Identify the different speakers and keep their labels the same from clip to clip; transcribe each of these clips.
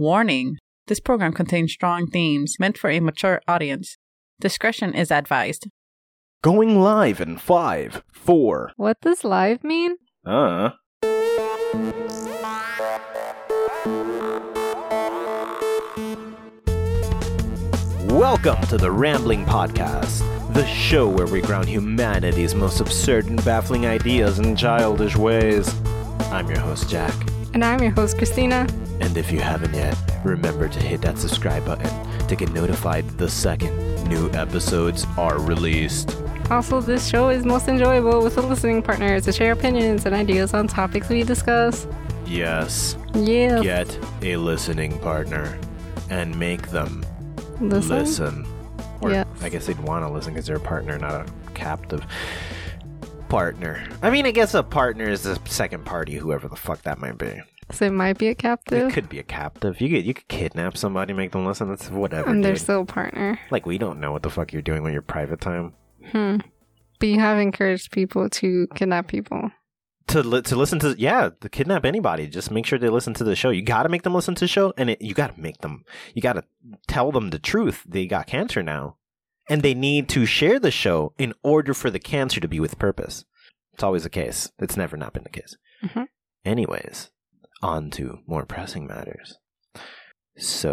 Speaker 1: Warning This program contains strong themes meant for a mature audience. Discretion is advised.
Speaker 2: Going live in five, four.
Speaker 3: What does live mean?
Speaker 2: Uh. Welcome to the Rambling Podcast, the show where we ground humanity's most absurd and baffling ideas in childish ways. I'm your host, Jack,
Speaker 3: And I'm your host, Christina.
Speaker 2: and if you haven't yet, remember to hit that subscribe button to get notified the second new episodes are released.
Speaker 3: Also, this show is most enjoyable with a listening partner to share opinions and ideas on topics we discuss.
Speaker 2: Yes,
Speaker 3: Yeah.
Speaker 2: get a listening partner and make them
Speaker 3: Listen.
Speaker 2: listen. Or
Speaker 3: Yes.
Speaker 2: I guess they'd want to listen because they're a partner, not a captive partner. I mean, I guess a partner is the second party, whoever the fuck that might be.
Speaker 3: So it might be a
Speaker 2: It
Speaker 3: captive.
Speaker 2: could be a captive. You could you could kidnap somebody, make them listen. That's whatever.
Speaker 3: and they're
Speaker 2: dude.
Speaker 3: still a partner.
Speaker 2: like we don't know what the fuck you're doing with your private time.
Speaker 3: Hmm. But you have encouraged people to kidnap people.
Speaker 2: To, li- to listen to yeah to kidnap anybody just make sure they listen to the show you gotta make them listen to the show and it, you gotta make them you gotta tell them the truth they got cancer now and they need to share the show in order for the cancer to be with purpose it's always the case it's never not been the case
Speaker 3: Mhm.
Speaker 2: anyways on to more pressing matters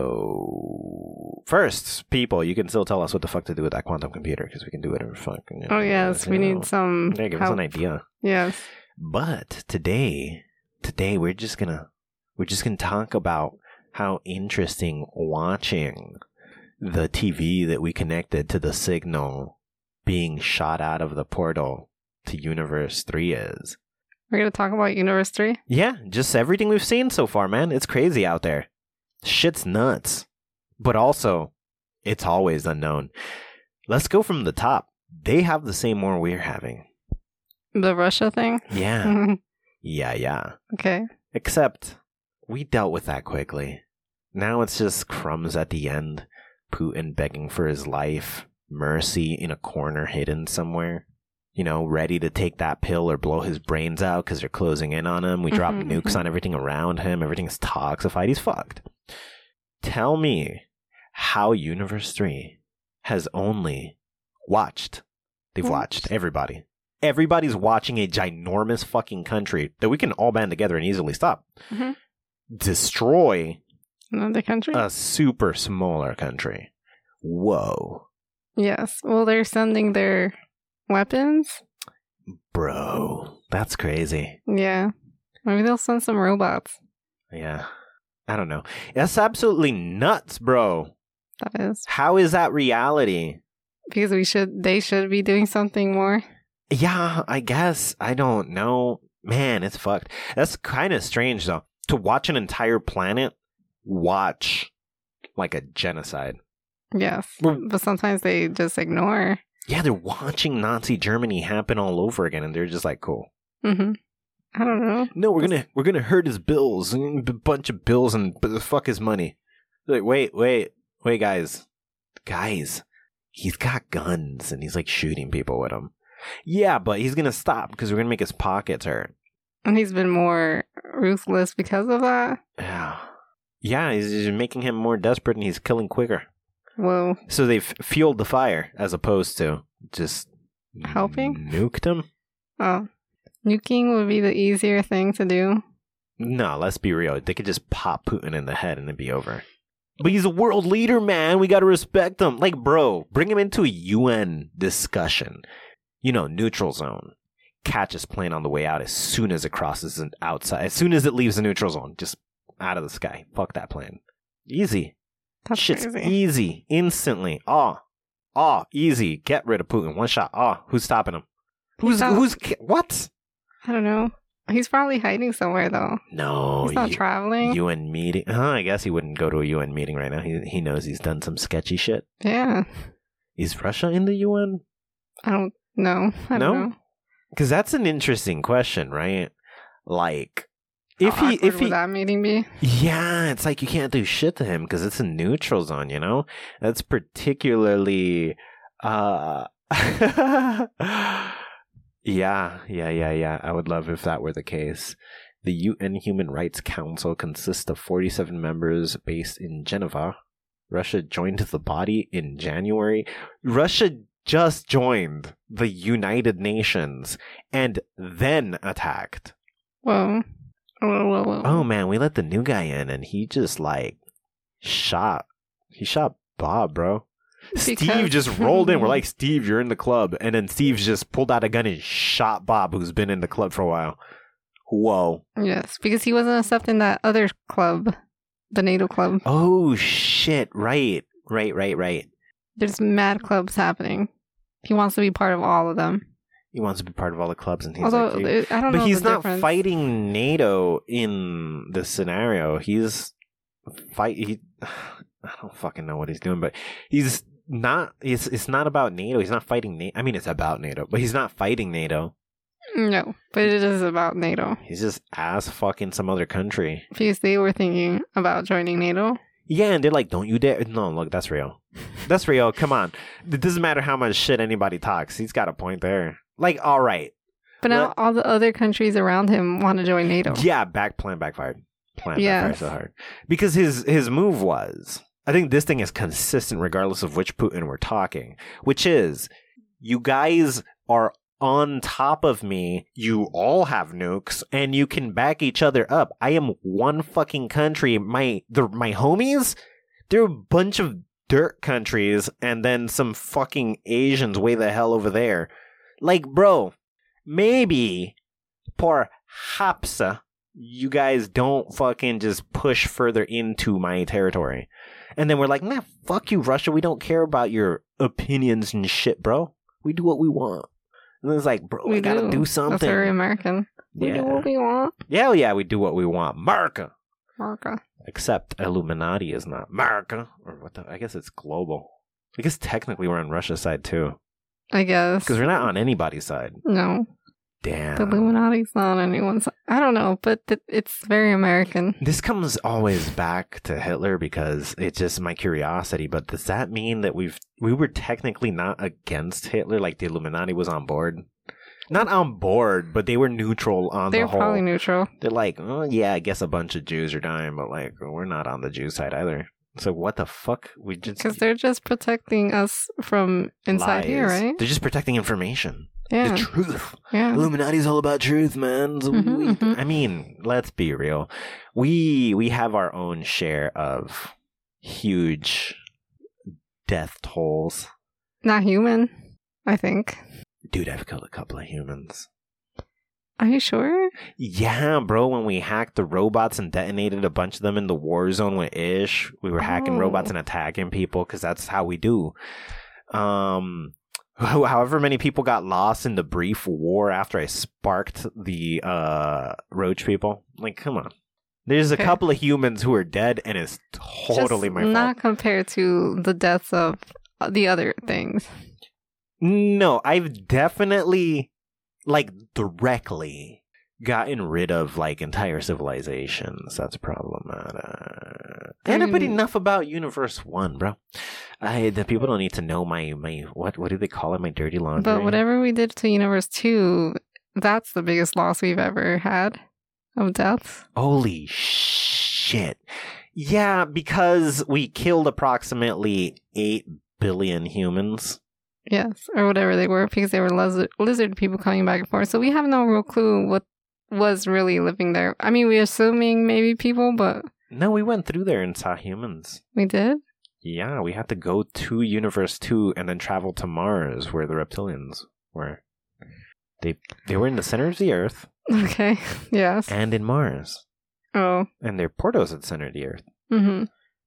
Speaker 2: so first people you can still tell us what the fuck to do with that quantum computer because we can do whatever fucking
Speaker 3: Oh, yes. We need some.
Speaker 2: yeah, give us
Speaker 3: help.
Speaker 2: an idea
Speaker 3: Yes.
Speaker 2: but today, today we're just gonna we're just gonna talk about how interesting watching the TV that we connected to the signal being shot out of the portal to Universe Three is.
Speaker 3: We're going to talk about Universe 3.
Speaker 2: Yeah, just everything we've seen so far, man. It's crazy out there. Shit's nuts. But also, it's always unknown. Let's go from the top. They have the same war we're having.
Speaker 3: The Russia thing.
Speaker 2: Yeah. Yeah, yeah.
Speaker 3: okay.
Speaker 2: Except we dealt with that quickly. Now it's just crumbs at the end. Putin begging for his life, mercy in a corner hidden somewhere. You know, ready to take that pill or blow his brains out because they're closing in on him. We drop
Speaker 3: Mhm,
Speaker 2: nukes on everything around him. Everything's toxified. He's fucked. Tell me how Universe 3 has only watched. They've
Speaker 3: Mhm.
Speaker 2: watched everybody. Everybody's watching a ginormous fucking country that we can all band together and easily stop
Speaker 3: Mhm.
Speaker 2: destroy
Speaker 3: Another country?
Speaker 2: a super smaller country. Whoa,
Speaker 3: yes. Well, they're sending their weapons.
Speaker 2: bro, that's crazy.
Speaker 3: Yeah. Maybe they'll send some robots.
Speaker 2: Yeah, I don't know. That's absolutely nuts, bro.
Speaker 3: That is
Speaker 2: How is that reality?
Speaker 3: because we should they should be doing something more.
Speaker 2: Yeah, I guess I don't know. Man, it's fucked. That's kind of strange though to watch an entire planet watch like a genocide.
Speaker 3: Yes.
Speaker 2: Well-
Speaker 3: but sometimes they just ignore.
Speaker 2: Yeah, they're watching Nazi Germany happen all over again, and they're just like, cool.
Speaker 3: hmm I don't know.
Speaker 2: no, we're gonna we're gonna hurt his bills, a bunch of bills, and b- fuck his money. Like, wait, wait, wait, guys, guys, he's got guns and he's like shooting people with them. Yeah, but he's gonna stop because we're gonna make his pockets hurt.
Speaker 3: And he's been more ruthless because of that.
Speaker 2: Yeah, yeah, he's, he's making him more desperate and he's killing quicker.
Speaker 3: Whoa.
Speaker 2: So they've fueled the fire as opposed to just
Speaker 3: Helping?
Speaker 2: nuked him.
Speaker 3: Oh. Nuking would be the easier thing to do.
Speaker 2: No, let's be real. They could just pop Putin in the head and it'd be over. But he's a world leader, man. We got to respect him. Like, bro, bring him into a UN discussion. You know, neutral zone. Catch his plane on the way out as soon as it crosses an outside. As soon as it leaves the neutral zone, just out of the sky. Fuck that plane. Easy.
Speaker 3: That's
Speaker 2: Shit's e-
Speaker 3: crazy.
Speaker 2: easy. Instantly. Ah. Ah. Easy. Get rid of Putin. One shot. Ah. Who's stopping him? Who's,
Speaker 3: not-
Speaker 2: who's, ki- what?
Speaker 3: I don't know. He's probably hiding somewhere though.
Speaker 2: No.
Speaker 3: he's not
Speaker 2: Oh, you-
Speaker 3: traveling.
Speaker 2: UN meeting. Huh, I guess he wouldn't go to a UN meeting right now. He he knows he's done some sketchy shit.
Speaker 3: yeah.
Speaker 2: Is Russia in the UN?
Speaker 3: I don't know. I
Speaker 2: No?
Speaker 3: don't know.
Speaker 2: Because that's an interesting question, right? Like, if
Speaker 3: How
Speaker 2: he
Speaker 3: awkward
Speaker 2: if he
Speaker 3: would that meeting be?
Speaker 2: yeah, it's like you can't do shit to him because it's a neutral zone. You know, that's particularly uh. yeah, yeah, yeah, yeah. I would love if that were the case. The UN Human Rights Council consists of 47 members based in Geneva. Russia joined the body in January. Russia just joined the United Nations and then attacked.
Speaker 3: Whoa. Whoa, whoa, whoa.
Speaker 2: Oh man, we let the new guy in and he just like shot. He shot Bob, bro. Steve
Speaker 3: Because-
Speaker 2: just rolled in. We're like, Steve, you're in the club. And then Steve's just pulled out a gun and shot Bob, who's been in the club for a while. Whoa.
Speaker 3: Yes, because he wasn't accepting that other club, the NATO club.
Speaker 2: Oh, shit. Right. Right, right, right.
Speaker 3: There's mad clubs happening. He wants to be part of all of them.
Speaker 2: He wants to be part of all the clubs and he's
Speaker 3: Although
Speaker 2: like,
Speaker 3: it- I don't know.
Speaker 2: but he's
Speaker 3: the
Speaker 2: not
Speaker 3: difference.
Speaker 2: fighting NATO in this scenario. He's fight. He, I don't fucking know what he's doing, but he's not. It's it's not about NATO. He's not fighting NATO. I mean, it's about NATO, but he's not fighting NATO.
Speaker 3: No, but it is about NATO
Speaker 2: He's just ass fucking some other country.
Speaker 3: because they were thinking about joining NATO.
Speaker 2: Yeah, and they're like, "Don't you dare!" No, look, that's real. That's real. Come on. It doesn't matter how much shit anybody talks. He's got a point there. Like, all right,
Speaker 3: But now
Speaker 2: What?
Speaker 3: all the other countries around him want to join NATO.
Speaker 2: Yeah, back plan backfired. Plan backfired
Speaker 3: Yes.
Speaker 2: so hard because his his move was. I think this thing is consistent regardless of which Putin we're talking, which is you guys are on top of me. You all have nukes and you can back each other up. I am one fucking country. My the my homies, they're a bunch of dirt countries and then some fucking Asians way the hell over there. Like, bro, maybe poor Hapsa, you guys don't fucking just push further into my territory. And then we're like, nah, fuck you, Russia. We don't care about your opinions and shit, bro. We do what we want. And it's like, bro, we,
Speaker 3: We
Speaker 2: gotta
Speaker 3: do.
Speaker 2: do
Speaker 3: That's very
Speaker 2: something.
Speaker 3: American. We do
Speaker 2: Yeah.
Speaker 3: what we want.
Speaker 2: yeah, yeah, we do what we want. America.
Speaker 3: America.
Speaker 2: Except Illuminati is not America. Or what the? I guess it's global. I guess technically we're on Russia's side too.
Speaker 3: I guess.
Speaker 2: Because we're not on anybody's side.
Speaker 3: No, the
Speaker 2: Damn.
Speaker 3: Illuminati's not anyone's. I don't know, but th- it's very American.
Speaker 2: This comes always back to Hitler because it's just my curiosity. But does that mean that we've we were technically not against Hitler? Like the Illuminati was on board, not on board, but they were neutral on
Speaker 3: They're
Speaker 2: the whole.
Speaker 3: probably neutral.
Speaker 2: They're like, oh yeah, I guess a bunch of Jews are dying, but like we're not on the Jew side either. So what the fuck? We just
Speaker 3: Because they're just protecting us from inside here,
Speaker 2: lies.
Speaker 3: right?
Speaker 2: They're just protecting information,
Speaker 3: Yeah,
Speaker 2: the truth.
Speaker 3: yeah.
Speaker 2: Illuminati's all about truth, man. So
Speaker 3: Mhm,
Speaker 2: we-
Speaker 3: mhm.
Speaker 2: I mean, let's be real. We we have our own share of huge death tolls.
Speaker 3: Not human, I think.
Speaker 2: Dude, I've killed a couple of humans.
Speaker 3: Are you sure?
Speaker 2: Yeah, bro, when we hacked the robots and detonated a bunch of them in the war zone with Ish, we were hacking
Speaker 3: Oh.
Speaker 2: robots and attacking people because that's how we do. Um, ho- however many people got lost in the brief war after I sparked the uh roach people. Like, come on. There's a
Speaker 3: Okay.
Speaker 2: couple of humans who are dead, and it's totally
Speaker 3: Just
Speaker 2: my
Speaker 3: Not
Speaker 2: fault.
Speaker 3: compared to the deaths of the other things.
Speaker 2: No, I've definitely, like, directly gotten rid of like entire civilizations. That's problematic.
Speaker 3: I
Speaker 2: Uh, And but
Speaker 3: mean-
Speaker 2: enough about Universe One, bro. I the people don't need to know my my what what do they call it? My dirty laundry.
Speaker 3: But whatever we did to Universe 2, that's the biggest loss we've ever had of deaths.
Speaker 2: Holy shit. Yeah, because we killed approximately eight billion humans.
Speaker 3: Yes, or whatever they were, because they were lizard, lizard people coming back and forth. So we have no real clue what was really living there. I mean, we're assuming maybe people, but
Speaker 2: No, we went through there and saw humans.
Speaker 3: we did.
Speaker 2: Yeah, we had to go to Universe Two and then travel to Mars, where the reptilians were. They they were in the center of the Earth
Speaker 3: Okay. yes.
Speaker 2: and in Mars,
Speaker 3: Oh.
Speaker 2: and their portals at the center of the Earth.
Speaker 3: Mm-hmm.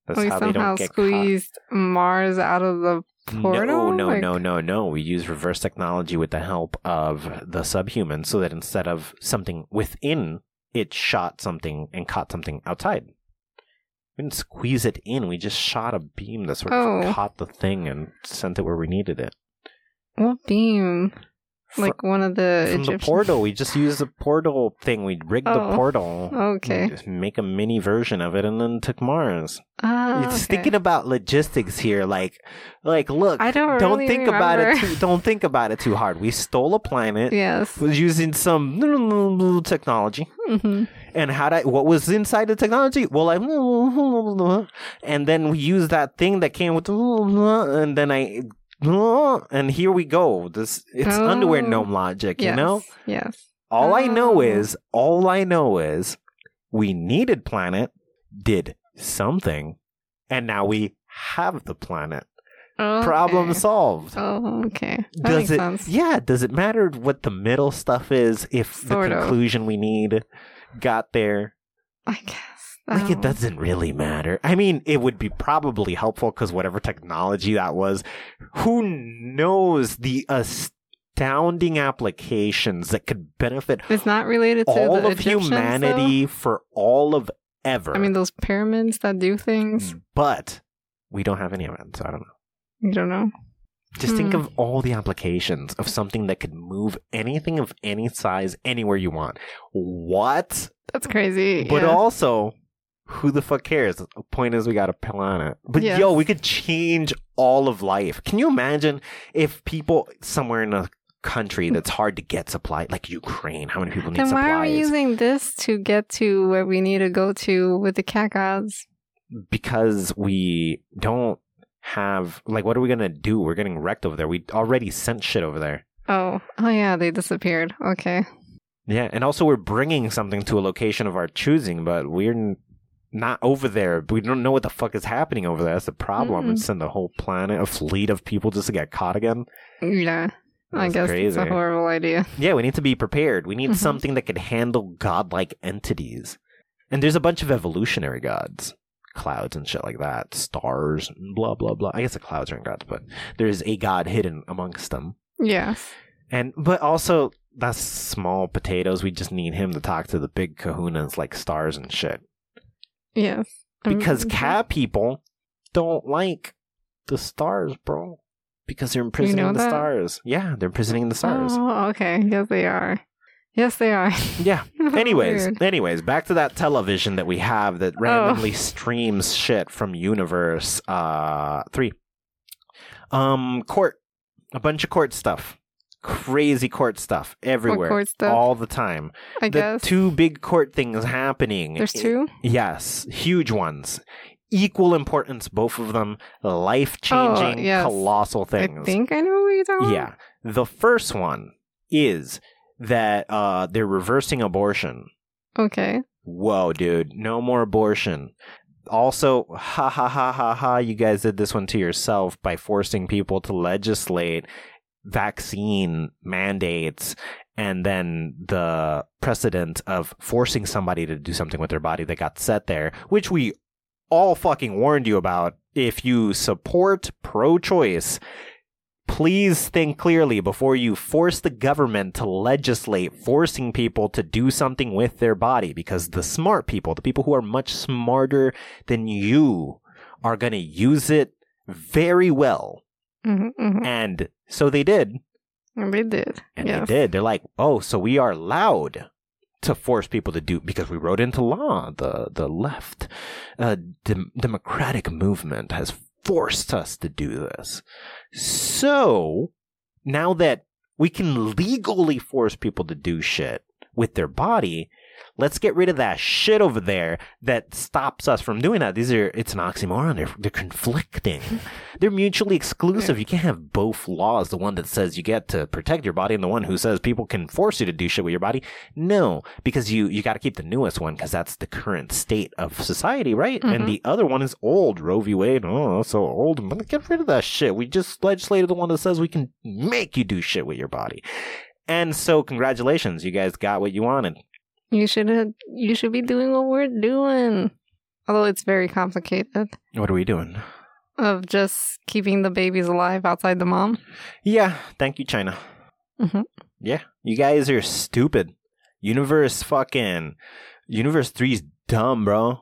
Speaker 2: That's
Speaker 3: We
Speaker 2: how they
Speaker 3: somehow
Speaker 2: don't get
Speaker 3: squeezed Mars out of the
Speaker 2: caught. No,
Speaker 3: portal?
Speaker 2: no,
Speaker 3: Like-
Speaker 2: no, no, no. We use reverse technology with the help of the subhuman, so that instead of something within, it shot something and caught something outside. We didn't squeeze it in. We just shot a beam that sort of
Speaker 3: Oh.
Speaker 2: caught the thing and sent it where we needed it.
Speaker 3: what beam?
Speaker 2: Fr-
Speaker 3: Like one of the
Speaker 2: from
Speaker 3: Egyptian
Speaker 2: the portal. We just use the portal thing. We rigged the
Speaker 3: Oh,
Speaker 2: portal.
Speaker 3: okay.
Speaker 2: We Just make a mini version of it and then took Mars.
Speaker 3: Ah,
Speaker 2: it's
Speaker 3: okay.
Speaker 2: thinking about logistics here. Like, like look,
Speaker 3: I don't
Speaker 2: don't
Speaker 3: really
Speaker 2: think about it.
Speaker 3: remember.
Speaker 2: Too, don't think about it too hard. We stole a planet.
Speaker 3: Yes.
Speaker 2: Was using some technology,
Speaker 3: hmm
Speaker 2: And how I what was inside the technology? Well, I and then we use that thing that came with and then I and here we go. This it's
Speaker 3: Oh.
Speaker 2: underwear gnome logic, you
Speaker 3: Yes,
Speaker 2: know?
Speaker 3: Yes.
Speaker 2: All I know
Speaker 3: Oh.
Speaker 2: is, all I know is, we needed planet, did something, and now we have the planet. Problem
Speaker 3: Okay.
Speaker 2: solved.
Speaker 3: Oh, okay. That
Speaker 2: does
Speaker 3: makes
Speaker 2: it?
Speaker 3: sense.
Speaker 2: Yeah. Does it matter what the middle stuff is if
Speaker 3: Sort
Speaker 2: the
Speaker 3: of.
Speaker 2: conclusion we need got there?
Speaker 3: I guess. Oh. I
Speaker 2: Like it
Speaker 3: don't know.
Speaker 2: doesn't really matter. I mean, it would be probably helpful because whatever technology that was, who knows the astounding applications that could benefit
Speaker 3: It's not related to
Speaker 2: all
Speaker 3: the
Speaker 2: of
Speaker 3: Egyptians, though?
Speaker 2: humanity for all of ever.
Speaker 3: I mean, those pyramids that do
Speaker 2: Mm.
Speaker 3: things.
Speaker 2: but we don't have any of it, so I don't know.
Speaker 3: You don't know.
Speaker 2: Just think
Speaker 3: Hmm.
Speaker 2: of all the applications of something that could move anything of any size anywhere you want. What?
Speaker 3: That's crazy.
Speaker 2: But
Speaker 3: yeah.
Speaker 2: also, who the fuck cares? The point is, we got a planet. But
Speaker 3: Yes.
Speaker 2: yo, we could change all of life. Can you imagine if people somewhere in a country that's hard to get supply, like Ukraine, how many people need
Speaker 3: then
Speaker 2: supplies?
Speaker 3: why are we using this to get to where we need to go to with the cat gods?
Speaker 2: because we don't have like what are we gonna do? We're getting wrecked over there. We already sent shit over there.
Speaker 3: Oh, oh yeah, they disappeared. Okay.
Speaker 2: Yeah, and also we're bringing something to a location of our choosing, but we're n- not over there. We don't know what the fuck is happening over there. That's the problem.
Speaker 3: Mm-mm.
Speaker 2: And send the whole planet, a fleet of people, just to get caught again.
Speaker 3: Yeah, I
Speaker 2: That's
Speaker 3: guess it's
Speaker 2: crazy.
Speaker 3: a horrible idea.
Speaker 2: Yeah, we need to be prepared. We need
Speaker 3: Mhm.
Speaker 2: something that could handle godlike entities. And there's a bunch of evolutionary gods, clouds and shit like that, stars, and blah, blah, blah. I guess the clouds aren't gods, but there's a god hidden amongst them.
Speaker 3: Yes.
Speaker 2: And, but also, that's small potatoes. We just need him to talk to the big kahunas like stars and shit.
Speaker 3: Yes. Um, I'm-
Speaker 2: Because cat people don't like the stars, bro. Because they're imprisoning the
Speaker 3: that?
Speaker 2: stars. Yeah, they're imprisoning the stars.
Speaker 3: Oh, okay. Yes, they are. Yes, they are.
Speaker 2: Yeah. Anyways,
Speaker 3: Weird. Oh.
Speaker 2: anyways, back to that television that we have that randomly streams shit from Universe uh 3. Um court a bunch of court stuff. Crazy court stuff everywhere.
Speaker 3: court stuff?
Speaker 2: All the time.
Speaker 3: I
Speaker 2: the
Speaker 3: guess
Speaker 2: two big court things happening.
Speaker 3: there's
Speaker 2: I-
Speaker 3: two.
Speaker 2: Yes, huge ones. Equal importance both of them, life-changing
Speaker 3: Oh, yes.
Speaker 2: colossal things.
Speaker 3: I think I know what you're talking
Speaker 2: Yeah. The first one is that uh they're reversing abortion.
Speaker 3: about. Okay.
Speaker 2: Whoa, dude, no more abortion. Also, ha ha ha ha ha, you guys did this one to yourself by forcing people to legislate vaccine mandates and then the precedent of forcing somebody to do something with their body that got set there, which we all fucking warned you about. If you support pro choice, please think clearly before you force the government to legislate forcing people to do something with their body because the smart people, the people who are much smarter than you, are going to use it very well.
Speaker 3: hmm hmm
Speaker 2: And so they did.
Speaker 3: And mm-hmm. they did.
Speaker 2: And
Speaker 3: yes.
Speaker 2: they did. They're like, oh, so we are allowed to force people to do because we wrote into law the the left uh, dem- democratic movement has forced us to do this. So now that we can legally force people to do shit with their body, let's get rid of that shit over there that stops us from doing that. These are it's an oxymoron. They're they're conflicting. They're mutually exclusive. You can't have both laws, the one that says you get to protect your body and the one who says people can force you to do shit with your body. No, because you you got to keep the newest one because that's the current state of society, right?
Speaker 3: Mhm.
Speaker 2: And the other one is old Roe v. Wade. Oh, so old. But Get rid of that shit. We just legislated the one that says we can make you do shit with your body. And so, congratulations, you guys got what you wanted.
Speaker 3: You should have. You should be doing what we're doing. Although it's very complicated
Speaker 2: What are we doing?
Speaker 3: of just keeping the babies alive outside the mom.
Speaker 2: Yeah, thank you, China.
Speaker 3: Mhm.
Speaker 2: Yeah, you guys are stupid. Universe fucking Universe 3's dumb, bro.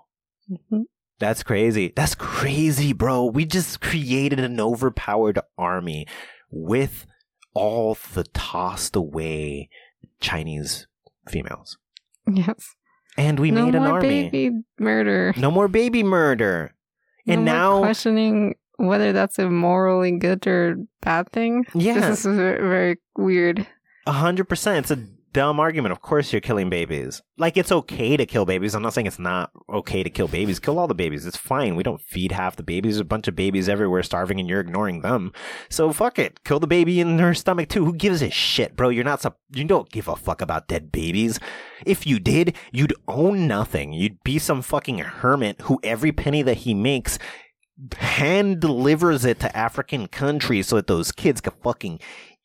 Speaker 3: Mhm.
Speaker 2: That's crazy. That's crazy, bro. We just created an overpowered army with all the tossed away Chinese females.
Speaker 3: Yes.
Speaker 2: And we
Speaker 3: no
Speaker 2: made an
Speaker 3: more
Speaker 2: army.
Speaker 3: baby murder.
Speaker 2: No more baby murder. And
Speaker 3: No more
Speaker 2: now
Speaker 3: questioning whether that's a morally good or bad thing.
Speaker 2: Yeah.
Speaker 3: This is ve- very weird.
Speaker 2: A hundred percent. It's a dumb argument. Of course you're killing babies. Like it's okay to kill babies. I'm not saying it's not okay to kill babies. Kill all the babies. It's fine. We don't feed half the babies. There's a bunch of babies everywhere starving and you're ignoring them. So fuck it. Kill the baby in her stomach too. Who gives a shit, bro? You're not sup- you don't give a fuck about dead babies. If you did, you'd own nothing. You'd be some fucking hermit who every penny that he makes hand delivers it to African countries so that those kids could fucking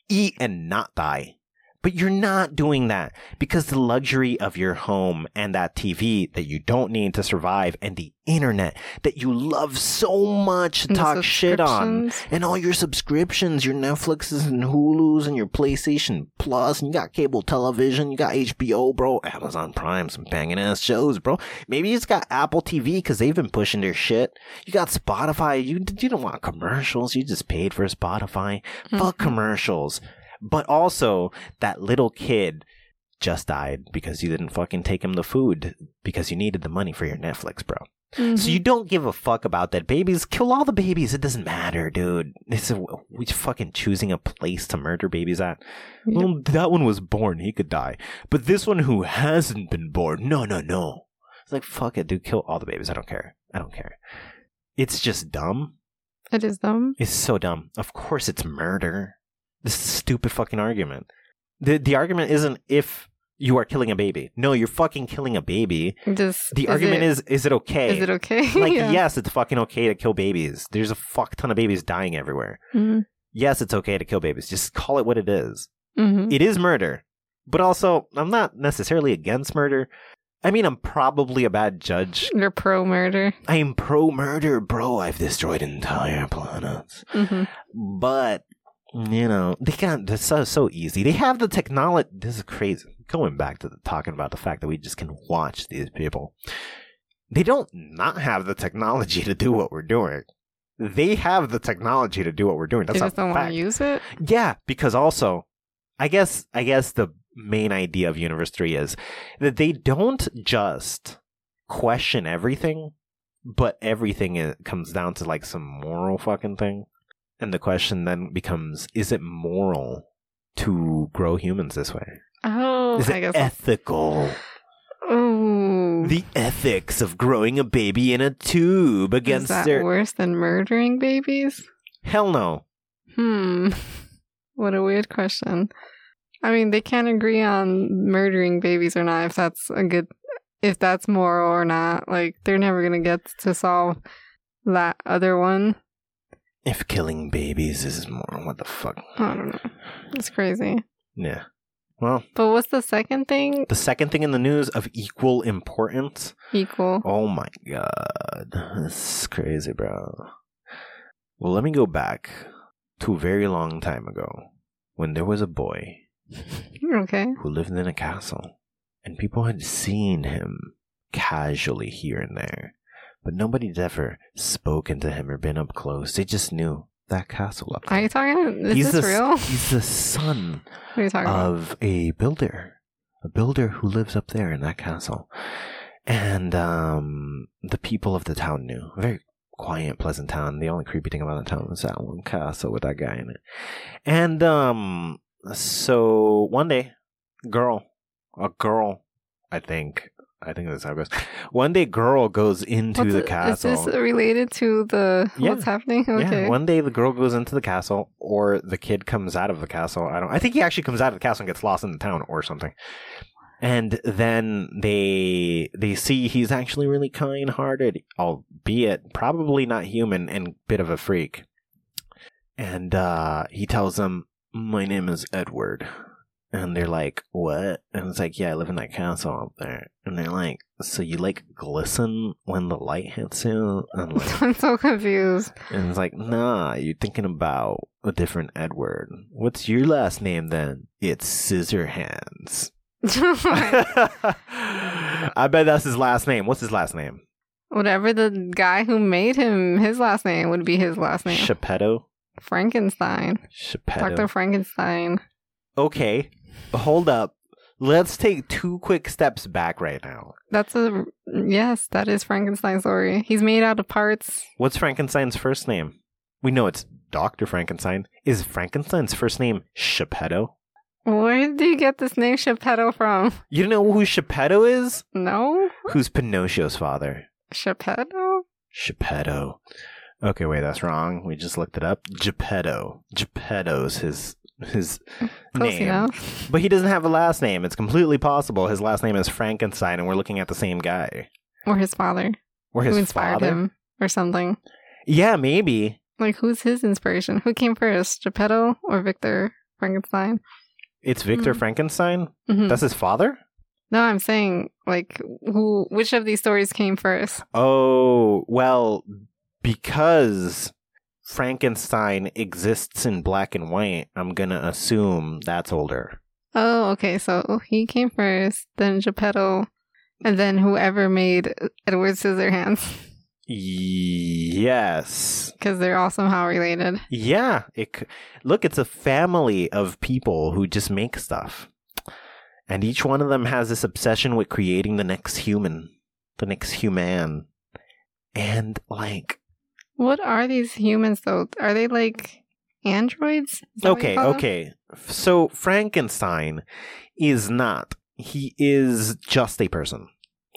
Speaker 2: eat and not die. But you're not doing that because the luxury of your home and that TV that you don't need to survive and the internet that you love so much to
Speaker 3: The
Speaker 2: talk shit on
Speaker 3: subscriptions.
Speaker 2: and all your subscriptions, your Netflixes and Hulus and your PlayStation Plus, and you got cable television, you got HBO, bro, Amazon Prime, some banging ass shows, bro. Maybe it's got Apple TV because they've been pushing their shit. You got Spotify. You you don't want commercials. You just paid for Spotify. Fuck commercials. But also that little kid just died because you didn't fucking take him the food because you needed the money for your Netflix, bro.
Speaker 3: Mm-hmm.
Speaker 2: So you don't give a fuck about that. Babies, kill all the babies. It doesn't matter, dude. It's a, we fucking choosing a place to murder babies at.
Speaker 3: Yep.
Speaker 2: Well, that one was born. He could die. But this one who hasn't been born, no, no, no. It's like, fuck it, dude. Kill all the babies. I don't care. I don't care. It's just dumb.
Speaker 3: It is dumb.
Speaker 2: It's so dumb. Of course it's murder. This is a stupid fucking argument. The, the argument isn't if you are killing a baby. No, you're fucking killing a baby.
Speaker 3: Just
Speaker 2: The argument
Speaker 3: it,
Speaker 2: is, is it okay?
Speaker 3: is it okay?
Speaker 2: Like,
Speaker 3: Yeah.
Speaker 2: yes, it's fucking okay to kill babies. There's a fuck ton of babies dying everywhere.
Speaker 3: Mhm.
Speaker 2: Yes, it's okay to kill babies. Just call it what it is.
Speaker 3: Mhm.
Speaker 2: It is murder. But also, I'm not necessarily against murder. I mean, I'm probably a bad judge.
Speaker 3: You're pro murder.
Speaker 2: I am pro murder, bro. I've destroyed entire planets.
Speaker 3: Mhm.
Speaker 2: But, you know, they got this so, so easy. They have the technology. This is crazy. Going back to the, talking about the fact that we just can watch these people. They don't not have the technology to do what we're doing. They have the technology to do what we're doing.
Speaker 3: They
Speaker 2: That's
Speaker 3: just
Speaker 2: a
Speaker 3: don't want
Speaker 2: fact.
Speaker 3: to use it.
Speaker 2: Yeah, because also, I guess I guess the main idea of Universe Three is that they don't just question everything, but everything i- comes down to like some moral fucking thing, and the question then becomes: Is it moral to grow humans this way?
Speaker 3: Oh,
Speaker 2: Is
Speaker 3: I
Speaker 2: it
Speaker 3: guess.
Speaker 2: ethical?
Speaker 3: Ooh.
Speaker 2: The ethics of growing a baby in a tube
Speaker 3: is
Speaker 2: against
Speaker 3: that
Speaker 2: their
Speaker 3: worse than murdering babies?
Speaker 2: hell no.
Speaker 3: Hmm. What a weird question. I mean, they can't agree on murdering babies or not if that's a good if that's moral or not. Like they're never going to get to solve that other one.
Speaker 2: If killing babies is moral, what the fuck?
Speaker 3: I don't know. It's crazy.
Speaker 2: Yeah. Well,
Speaker 3: But what's the second thing?
Speaker 2: The second thing in the news of equal importance.
Speaker 3: Equal.
Speaker 2: Oh my god. This is crazy, bro. Well, let me go back to a very long time ago when there was a boy
Speaker 3: Okay.
Speaker 2: who lived in a castle and people had seen him casually here and there, but nobody'd ever spoken to him or been up close. They just knew that castle up
Speaker 3: Are
Speaker 2: there.
Speaker 3: you talking? Is
Speaker 2: he's
Speaker 3: this
Speaker 2: the,
Speaker 3: real?
Speaker 2: He's uh, the son
Speaker 3: What are you talking about?
Speaker 2: of a builder, a builder who lives up there in that castle. And um, the people of the town knew. Very quiet, pleasant town. The only creepy thing about the town was that one castle with that guy in it. And um, so one day, girl, a girl, I think. I think that's how it goes. One day, girl goes into
Speaker 3: What's
Speaker 2: the
Speaker 3: it-
Speaker 2: castle.
Speaker 3: Is this related to the
Speaker 2: Yeah.
Speaker 3: what's happening? Okay.
Speaker 2: Yeah, one day the girl goes into the castle, or the kid comes out of the castle. I don't. I think he actually comes out of the castle and gets lost in the town or something. And then they they see he's actually really kind hearted, albeit probably not human and bit of a freak. And uh, he tells them, "My name is Edward." And they're like, "What?" And it's like, "Yeah, I live in that castle up there." And they're like, "So you like glisten when the light hits you?" And like,
Speaker 3: I'm so confused.
Speaker 2: and it's like, nah, you're thinking about a different Edward. What's your last name then? It's Scissorhands. I bet that's his last name. What's his last name?
Speaker 3: Whatever the guy who made him, his last name would be his last name.
Speaker 2: Geppetto?
Speaker 3: Frankenstein. Dr.
Speaker 2: Geppetto.
Speaker 3: Frankenstein.
Speaker 2: Okay, hold up. Let's take two quick steps back right now.
Speaker 3: That's a yes, that is Frankenstein's story. He's made out of parts.
Speaker 2: What's Frankenstein's first name? We know it's Dr. Frankenstein. Is Frankenstein's first name Geppetto?
Speaker 3: Where do you get this name Geppetto from?
Speaker 2: You know who Geppetto is?
Speaker 3: No?
Speaker 2: Who's Pinocchio's father?
Speaker 3: Geppetto?
Speaker 2: Geppetto. Okay, wait, that's wrong. We just looked it up. Geppetto. Geppetto's his his
Speaker 3: Close
Speaker 2: name.
Speaker 3: enough.
Speaker 2: But he doesn't have a last name. It's completely possible his last name is Frankenstein and we're looking at the same guy.
Speaker 3: Or his father.
Speaker 2: Or his
Speaker 3: who inspired
Speaker 2: father.
Speaker 3: him or something.
Speaker 2: Yeah, maybe.
Speaker 3: Like, who's his inspiration? Who came first, Geppetto or Victor Frankenstein?
Speaker 2: It's Victor
Speaker 3: Hmm.
Speaker 2: Frankenstein?
Speaker 3: Mhm.
Speaker 2: That's his father?
Speaker 3: No, I'm saying like who? Which of these stories came first?
Speaker 2: Oh, well, because Frankenstein exists in black and white, I'm going to assume that's older.
Speaker 3: Oh, okay. So he came first, then Geppetto, and then whoever made Edward Scissorhands,
Speaker 2: Yes.
Speaker 3: because they're all somehow related.
Speaker 2: Yeah, it c- look, it's a family of people who just make stuff. And each one of them has this obsession with creating the next human, the next human. And like
Speaker 3: What are these humans though? Are they like androids? Is that what you
Speaker 2: okay,
Speaker 3: call them?
Speaker 2: okay. F- So Frankenstein is not. He is just a person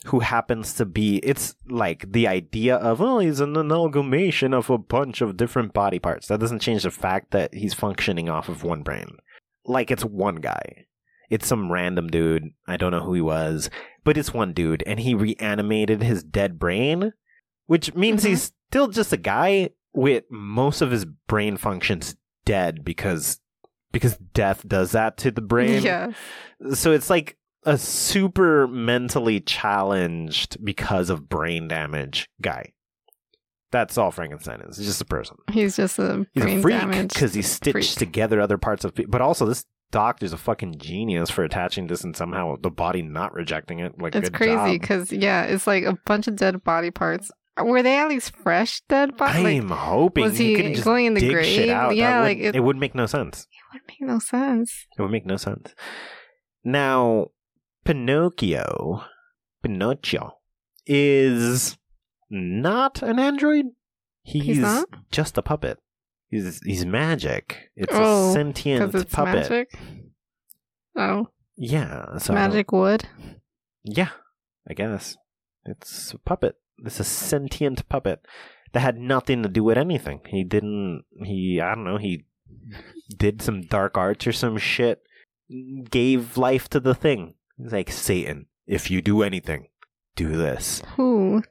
Speaker 2: who happens to be it's like the idea of oh he's an amalgamation of a bunch of different body parts. That doesn't change the fact that he's functioning off of one brain. Like it's one guy. It's some random dude. I don't know who he was, but it's one dude and he reanimated his dead brain, which means
Speaker 3: Mhm.
Speaker 2: he's still just a guy with most of his brain functions dead because because death does that to the brain.
Speaker 3: Yes.
Speaker 2: So it's like a super mentally challenged because of brain damage guy. That's all Frankenstein is. He's just a person.
Speaker 3: He's just a
Speaker 2: He's
Speaker 3: brain
Speaker 2: a freak
Speaker 3: damage.
Speaker 2: because he stitched
Speaker 3: freak.
Speaker 2: together other parts of. But also, this doctor's a fucking genius for attaching this and somehow the body not rejecting it. Like
Speaker 3: It's
Speaker 2: good
Speaker 3: crazy
Speaker 2: job.
Speaker 3: because yeah, it's like a bunch of dead body parts. Were they at least fresh dead body? Like,
Speaker 2: I'm hoping
Speaker 3: was
Speaker 2: you
Speaker 3: he
Speaker 2: couldn't just
Speaker 3: going in the
Speaker 2: dig shit
Speaker 3: grave?
Speaker 2: out. That
Speaker 3: Yeah,
Speaker 2: would-
Speaker 3: like, it-
Speaker 2: it would make no sense.
Speaker 3: would make no sense.
Speaker 2: It would make no sense. Now, Pinocchio, Pinocchio, is not an android. He's,
Speaker 3: not?
Speaker 2: just a puppet. He's he's magic. It's
Speaker 3: Oh,
Speaker 2: a
Speaker 3: 'Cause
Speaker 2: sentient
Speaker 3: it's
Speaker 2: puppet.
Speaker 3: magic. Oh,
Speaker 2: Yeah. So I don't-
Speaker 3: magic wood.
Speaker 2: Yeah, I guess it's a puppet. It's a sentient puppet that had nothing to do with anything. He didn't. He I don't know. He did some dark arts or some shit. Gave life to the thing. He's like Satan. If you do anything, do this.
Speaker 3: Who?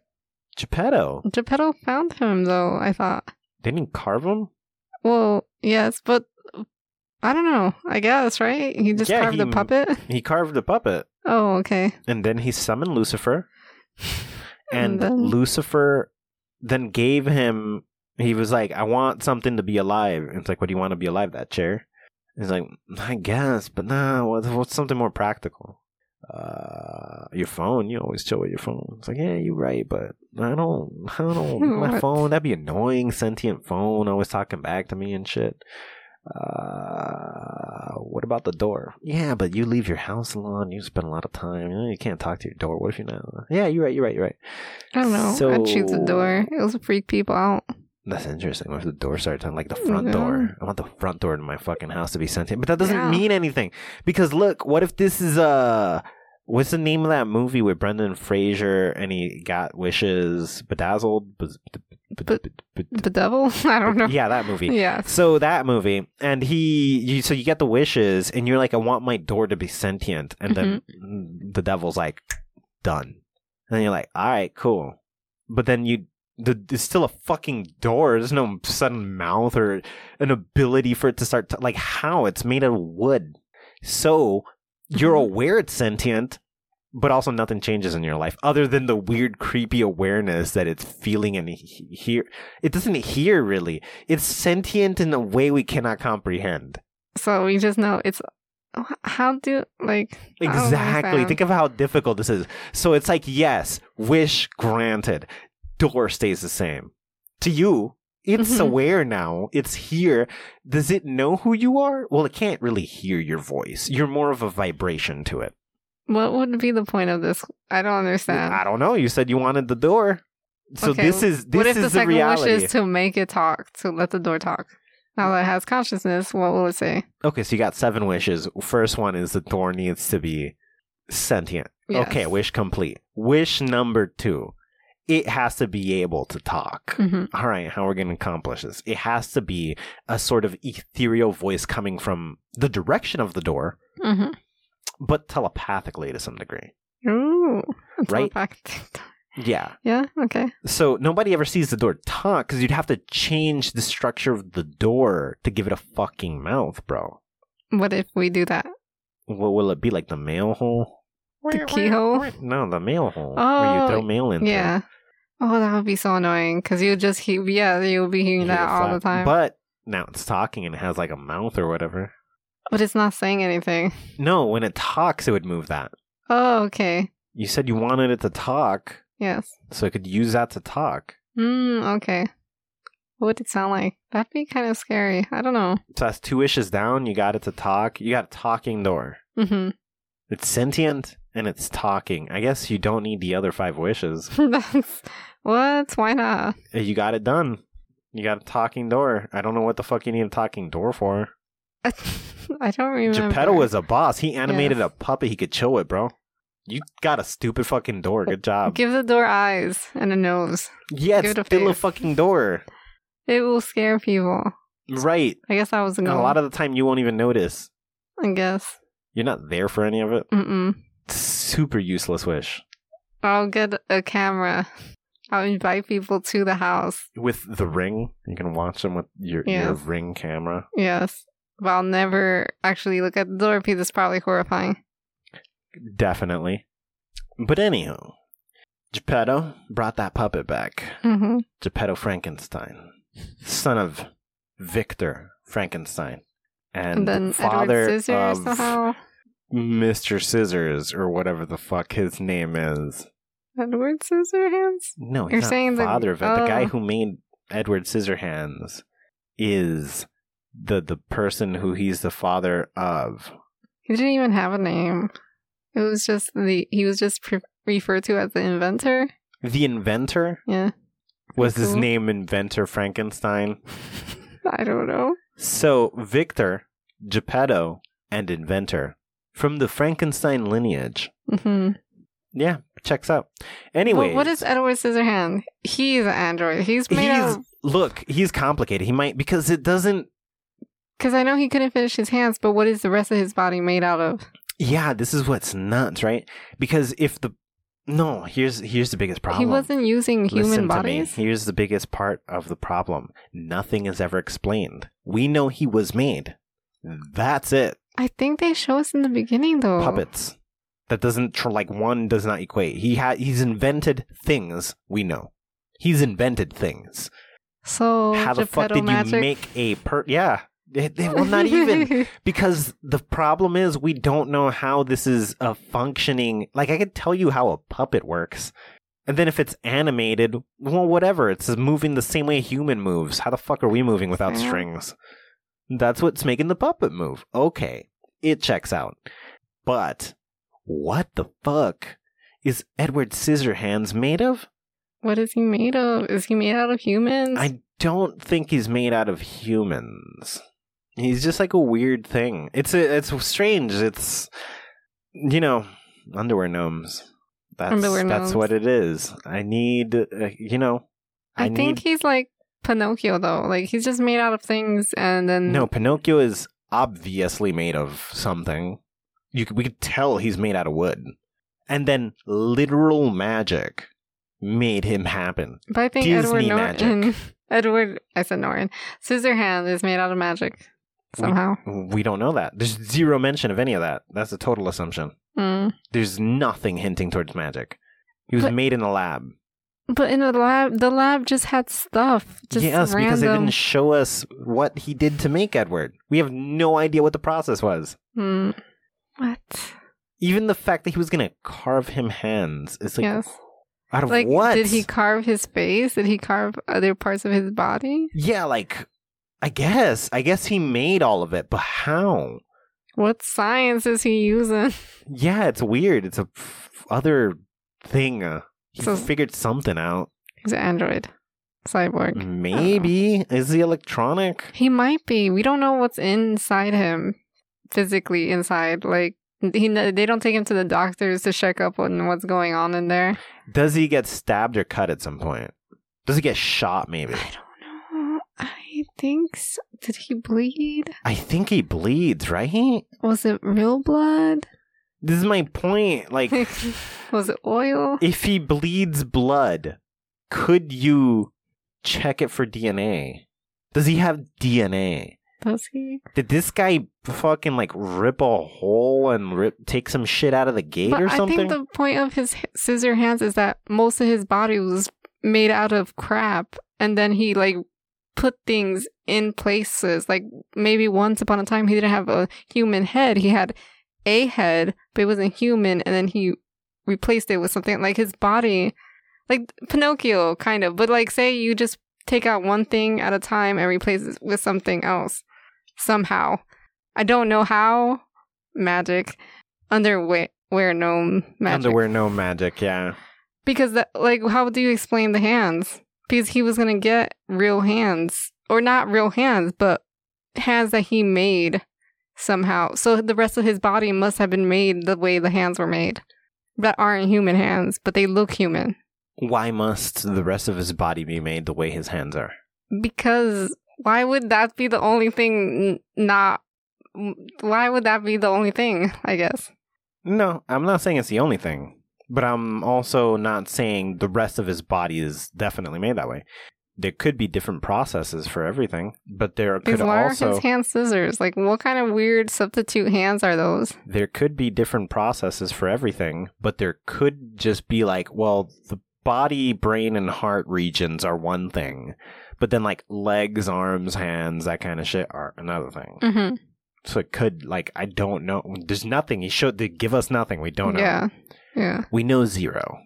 Speaker 2: Geppetto
Speaker 3: Geppetto found him though. I thought.
Speaker 2: didn't he carve him.
Speaker 3: Well, yes, but I don't know. I guess right. He just
Speaker 2: Yeah,
Speaker 3: carved
Speaker 2: he-
Speaker 3: a puppet.
Speaker 2: He carved a puppet,
Speaker 3: Oh, okay.
Speaker 2: and then he summoned Lucifer. and
Speaker 3: And then-
Speaker 2: Lucifer then gave him. He was like, "I want something to be alive." And it's like, "What do you want to be alive? That chair?" And he's like, "I guess, but nah. What's, what's something more practical? Uh, your phone. You always chill with your phone." It's like, "Yeah, you're right, but I don't. I don't. My
Speaker 3: What?
Speaker 2: phone. That'd be annoying. Sentient phone always talking back to me and shit." Uh, what about the door? Yeah, but you leave your house alone. You spend a lot of time. You, know, you can't talk to your door. What if you're not? Yeah, you're right. You're right. You're right.
Speaker 3: I don't know.
Speaker 2: So-
Speaker 3: I'd shoot the door. It'll freak people out.
Speaker 2: That's interesting. What if the door started to like the front
Speaker 3: Yeah.
Speaker 2: door? I want the front door to my fucking house to be sentient, but that doesn't
Speaker 3: Mm-hmm. Yeah.
Speaker 2: mean anything because look, what if this is uh, what's the name of that movie with Brendan Fraser and he got wishes bedazzled? Bez- bed- bed-
Speaker 3: But-
Speaker 2: bed- bed-
Speaker 3: The devil? I don't know.
Speaker 2: Yeah, that movie.
Speaker 3: Yes.
Speaker 2: So that movie, and he, you, so you get the wishes, and you're like, I want my door to be sentient, and then the devil's like, done, and you're like, all right, cool, but then you, the, it's still a fucking door. There's no sudden mouth or an ability for it to start. To, like how it's made out of wood, so you're
Speaker 3: Mhm.
Speaker 2: aware it's sentient. But also, nothing changes in your life other than the weird, creepy awareness that it's feeling and he- hear. It doesn't hear really. It's sentient in a way we cannot comprehend.
Speaker 3: So we just know it's how do like I don't
Speaker 2: Exactly.
Speaker 3: understand.
Speaker 2: Think of how difficult this is. So it's like, yes, wish granted. Door stays the same. To you, it's
Speaker 3: Mhm.
Speaker 2: aware now. It's here. Does it know who you are? Well, it can't really hear your voice. You're more of a vibration to it.
Speaker 3: what would be the point of this? I don't understand.
Speaker 2: I don't know. You said you wanted the door. So
Speaker 3: Okay,
Speaker 2: this is this
Speaker 3: what if
Speaker 2: is
Speaker 3: the
Speaker 2: the
Speaker 3: second
Speaker 2: reality.
Speaker 3: wish is to make it talk, to let the door talk? Now that it has consciousness, what will it say?
Speaker 2: Okay, so you got seven wishes. First one is the door needs to be sentient.
Speaker 3: Yes.
Speaker 2: Okay, wish complete. Wish number two, it has to be able to talk.
Speaker 3: Mhm.
Speaker 2: All right, how are we going to accomplish this? It has to be a sort of ethereal voice coming from the direction of the door,
Speaker 3: Mhm.
Speaker 2: but telepathically to some degree.
Speaker 3: Ooh. It's all
Speaker 2: Right?
Speaker 3: packed.
Speaker 2: Yeah.
Speaker 3: yeah. Okay.
Speaker 2: So nobody ever sees the door talk because you'd have to change the structure of the door to give it a fucking mouth, bro.
Speaker 3: What if we do that?
Speaker 2: What will it be like the mail hole?
Speaker 3: The keyhole?
Speaker 2: No, the mail hole where you
Speaker 3: Oh,
Speaker 2: throw mail in. through.
Speaker 3: Yeah. Oh, that would be so annoying because you just hear, yeah, you'll be hearing
Speaker 2: You hear
Speaker 3: that
Speaker 2: it
Speaker 3: all
Speaker 2: flap.
Speaker 3: the time. But,
Speaker 2: But now it's talking and it has like a mouth or whatever.
Speaker 3: it's not saying anything.
Speaker 2: No, when it talks, it would move that.
Speaker 3: Oh, okay.
Speaker 2: You said you wanted it to talk,
Speaker 3: Yes.
Speaker 2: so it could use that to talk.
Speaker 3: Mm, okay. What would it sound like? That'd be kind of scary. I don't know.
Speaker 2: So that's two wishes down. You got it to talk. You got a talking door.
Speaker 3: Mm-hmm.
Speaker 2: It's sentient and it's talking. I guess you don't need the other five wishes.
Speaker 3: That's what? Why not?
Speaker 2: You got it done. You got a talking door. I don't know what the fuck you need a talking door for.
Speaker 3: I don't remember.
Speaker 2: Geppetto was a boss. He animated a puppet he could chill with, bro. You got a stupid fucking door. Good job.
Speaker 3: Give the door eyes and a nose.
Speaker 2: yeah,
Speaker 3: give it
Speaker 2: it's
Speaker 3: a
Speaker 2: still a
Speaker 3: face.
Speaker 2: fucking door.
Speaker 3: It will scare people.
Speaker 2: Right.
Speaker 3: I guess that was the
Speaker 2: And
Speaker 3: goal.
Speaker 2: a lot of the time you won't even notice.
Speaker 3: I guess.
Speaker 2: You're not there for any of it.
Speaker 3: Mm-mm.
Speaker 2: Super useless wish.
Speaker 3: I'll get a camera. I'll invite people to the house.
Speaker 2: With the ring, you can watch them with your, your
Speaker 3: Yes.
Speaker 2: ring camera.
Speaker 3: Yes. But I'll never actually look at the door because it's probably horrifying.
Speaker 2: Definitely. But anyhow, Geppetto brought that puppet back.
Speaker 3: Mm-hmm.
Speaker 2: Geppetto Frankenstein, son of Victor Frankenstein, and,
Speaker 3: And then
Speaker 2: father
Speaker 3: Edward
Speaker 2: of
Speaker 3: Scissors somehow.
Speaker 2: Mr. Scissors or whatever the fuck his name is.
Speaker 3: Edward Scissorhands?
Speaker 2: No, he's
Speaker 3: You're
Speaker 2: not
Speaker 3: saying the-
Speaker 2: father of it. The guy
Speaker 3: oh.
Speaker 2: who made Edward Scissorhands is the the person who he's the father of.
Speaker 3: He didn't even have a name. It was just the he was just pre- referred to as the inventor.
Speaker 2: The inventor
Speaker 3: Yeah,
Speaker 2: was his
Speaker 3: Cool.
Speaker 2: name inventor Frankenstein.
Speaker 3: I don't know.
Speaker 2: So, Victor, Geppetto, and inventor from the Frankenstein lineage.
Speaker 3: hmm
Speaker 2: Yeah, checks out. Anyway,
Speaker 3: what is Edward Scissorhand? He's an android. He's made
Speaker 2: he's
Speaker 3: out
Speaker 2: look, he's complicated. He might because it doesn't
Speaker 3: because I know he couldn't finish his hands, but what is the rest of his body made out of?
Speaker 2: Yeah, this is what's nuts, right? Because if the No, here's here's the biggest problem.
Speaker 3: He wasn't using human
Speaker 2: Listen
Speaker 3: bodies.
Speaker 2: to me. Here's the biggest part of the problem. Nothing is ever explained. We know he was made. That's it.
Speaker 3: I think they show us in the beginning though.
Speaker 2: Puppets. That doesn't tr- like one does not equate. He had he's invented things. We know. He's invented things.
Speaker 3: So
Speaker 2: How the fuck
Speaker 3: Geppetto
Speaker 2: did
Speaker 3: magic.
Speaker 2: you make a per? Yeah, It- it- well, not even because the problem is we don't know how this is a functioning. Like I could tell you how a puppet works, and then if it's animated, well, whatever. It's moving the same way a human moves. How the fuck are we moving without
Speaker 3: Yeah.
Speaker 2: strings? That's what's making the puppet move. Okay, it checks out, but what the fuck is Edward Scissorhands made of?
Speaker 3: what is he made of? Is he made out of humans?
Speaker 2: I don't think he's made out of humans. He's just like a weird thing. It's a, it's strange. It's you know, underwear gnomes. That's
Speaker 3: Underwear
Speaker 2: that's
Speaker 3: gnomes.
Speaker 2: what it is. I need uh, you know.
Speaker 3: I,
Speaker 2: I,
Speaker 3: think
Speaker 2: need
Speaker 3: he's like Pinocchio though. Like he's just made out of things and then
Speaker 2: no. Pinocchio is obviously made of something. You c- we could tell he's made out of wood, and then literal magic made him happen.
Speaker 3: But I think
Speaker 2: Disney
Speaker 3: Edward
Speaker 2: magic.
Speaker 3: Norton Edward I said Norton. Scissorhand is made out of magic somehow.
Speaker 2: We don't know that. There's zero mention of any of that. That's a total assumption.
Speaker 3: Mm.
Speaker 2: There's nothing hinting towards magic. He was
Speaker 3: But-
Speaker 2: made in a lab.
Speaker 3: But in the lab the lab just had stuff. Just
Speaker 2: yes,
Speaker 3: random.
Speaker 2: because they didn't show us what he did to make Edward. We have no idea what the process was.
Speaker 3: Mm. What?
Speaker 2: Even the fact that he was going to carve him hands is like
Speaker 3: yes.
Speaker 2: out of
Speaker 3: Like
Speaker 2: what?
Speaker 3: did he carve his face? Did he carve other parts of his body?
Speaker 2: yeah, like I guess. I guess he made all of it, but how?
Speaker 3: What science is he using?
Speaker 2: Yeah, it's weird. It's a f- other thing. Uh, He
Speaker 3: So-
Speaker 2: figured something out.
Speaker 3: He's an android. cyborg.
Speaker 2: Hmm. Maybe. Is he electronic?
Speaker 3: He might be. We don't know what's inside him, physically inside. Like he, they don't take him to the doctors to check up on what's going on in there.
Speaker 2: Does he get stabbed or cut at some point? Does he get shot maybe?
Speaker 3: I don't know. I think. So. Did he bleed?
Speaker 2: I think he bleeds, right?
Speaker 3: Was it real blood?
Speaker 2: This is my point. Like
Speaker 3: Was it oil?
Speaker 2: if he bleeds blood, could you check it for DNA? Does he have DNA?
Speaker 3: Does he?
Speaker 2: Did this guy fucking like rip a hole and rip take some shit out of the gate
Speaker 3: But
Speaker 2: or
Speaker 3: I
Speaker 2: something?
Speaker 3: think the point of his h- scissor hands is that most of his body was made out of crap, and then he like put things in places. Like maybe once upon a time he didn't have a human head; he had a head, but it wasn't human, and then he replaced it with something like his body, like Pinocchio, kind of. But like, say you just take out one thing at a time and replace it with something else somehow. I don't know how magic underwear gnome magic
Speaker 2: Underwear, no magic. Yeah,
Speaker 3: because that like how do you explain the hands because he was gonna get real hands or not real hands but hands that he made somehow so the rest of his body must have been made the way the hands were made that aren't human hands but they look human
Speaker 2: why must the rest of his body be made the way his hands are?
Speaker 3: because why would that be the only thing n- not why would that be the only thing i guess
Speaker 2: No, I'm not saying it's the only thing, but I'm also not saying the rest of his body is definitely made that way. There could be different processes for everything, but there could
Speaker 3: because why are
Speaker 2: also
Speaker 3: his hand scissors like what kind of weird substitute hands are those
Speaker 2: there could be different processes for everything, but there could just be like, well, the body, brain, and heart regions are one thing, but then like legs, arms, hands, that kind of shit are another thing.
Speaker 3: mm-hmm.
Speaker 2: So it could like I don't know. There's nothing. He showed. They give us nothing. We don't know.
Speaker 3: yeah yeah
Speaker 2: We know zero.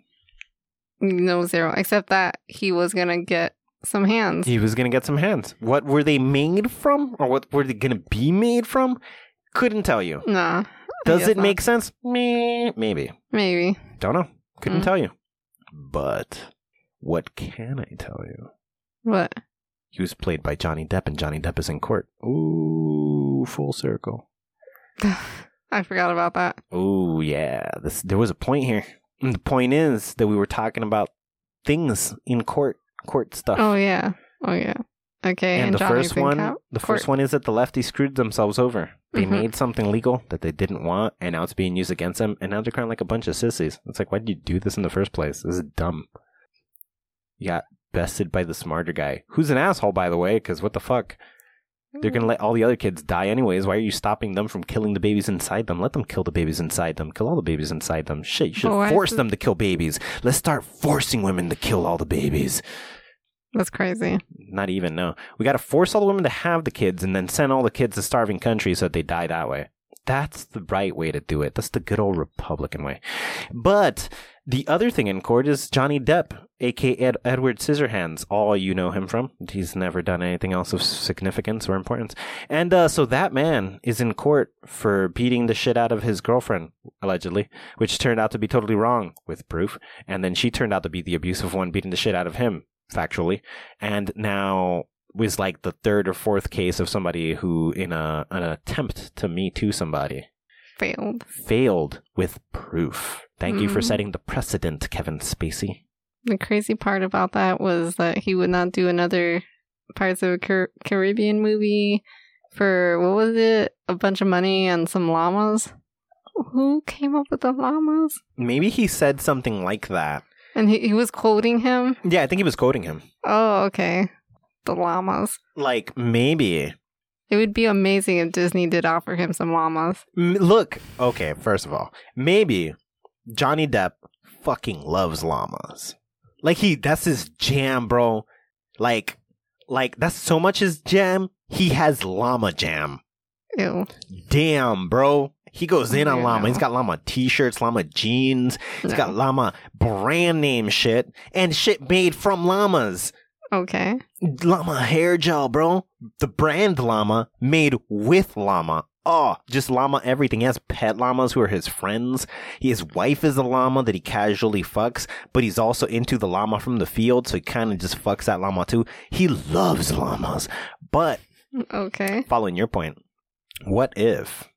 Speaker 3: No zero, except that he was gonna get some hands.
Speaker 2: He was gonna get some hands. What were they made from, or what were they gonna be made from? Couldn't tell you.
Speaker 3: Nah. I
Speaker 2: Does
Speaker 3: guess
Speaker 2: it
Speaker 3: not.
Speaker 2: make sense? Meh, Maybe.
Speaker 3: Maybe.
Speaker 2: Don't know. Couldn't
Speaker 3: Mm.
Speaker 2: tell you. But what can I tell you?
Speaker 3: What?
Speaker 2: He was played by Johnny Depp, and Johnny Depp is in court. Ooh, full circle.
Speaker 3: I forgot about that.
Speaker 2: Ooh, yeah. This there was a point here. And the point is that we were talking about things in court, court stuff.
Speaker 3: Oh yeah. Oh yeah. Okay.
Speaker 2: and,
Speaker 3: And,
Speaker 2: the
Speaker 3: Johnny's
Speaker 2: first
Speaker 3: in
Speaker 2: one,
Speaker 3: cou-
Speaker 2: the
Speaker 3: court.
Speaker 2: first one is that the lefty screwed themselves over. They
Speaker 3: Mhm.
Speaker 2: made something legal that they didn't want, and now it's being used against them. And now they're crying like a bunch of sissies. It's like, why did you do this in the first place? This is dumb. You got bested by the smarter guy, who's an asshole, by the way. Because what the fuck? They're
Speaker 3: Mm.
Speaker 2: gonna let all the other kids die anyways. Why are you stopping them from killing the babies inside them? Let them kill the babies inside them. Kill all the babies inside them. Shit, you should
Speaker 3: But why is
Speaker 2: force
Speaker 3: this-
Speaker 2: them to kill babies. Let's start forcing women to kill all the babies
Speaker 3: That's crazy.
Speaker 2: not even no. We got to force all the women to have the kids and then send all the kids to starving countries so that they die that way. That's the right way to do it. That's the good old Republican way. But the other thing in court is Johnny Depp, aka Ed- Edward Scissorhands. All you know him from. He's never done anything else of significance or importance. And uh, so that man is in court for beating the shit out of his girlfriend, allegedly, which turned out to be totally wrong with proof. And then she turned out to be the abusive one beating the shit out of him, factually and now was like the third or fourth case of somebody who in a an attempt to me too somebody
Speaker 3: Failed.
Speaker 2: failed with proof. Thank you for
Speaker 3: Mhm.
Speaker 2: setting the precedent, Kevin Spacey.
Speaker 3: The crazy part about that was that he would not do another Pirates of the Car- Caribbean movie for what was it? A bunch of money and some llamas. Who came up with the llamas?
Speaker 2: Maybe he said something like that.
Speaker 3: And he, he was quoting him.
Speaker 2: Yeah, I think he was quoting him.
Speaker 3: Oh, okay. The llamas.
Speaker 2: Like maybe
Speaker 3: It would be amazing if Disney did offer him some llamas.
Speaker 2: M- look, okay, first of all, maybe Johnny Depp fucking loves llamas. Like he that's his jam, bro. Like like that's so much his jam. He has llama jam.
Speaker 3: Ew.
Speaker 2: Damn, bro. He goes in on
Speaker 3: Yeah.
Speaker 2: llama. He's got llama t-shirts, llama jeans. He's
Speaker 3: No.
Speaker 2: got llama brand name shit and shit made from llamas.
Speaker 3: Okay.
Speaker 2: Llama hair gel, bro. The brand llama made with llama Oh, just llama everything. He has pet llamas who are his friends. His wife is a llama that he casually fucks, but he's also into the llama from the field, so he kind of just fucks that llama too. He loves llamas. But
Speaker 3: Okay.
Speaker 2: following your point, what if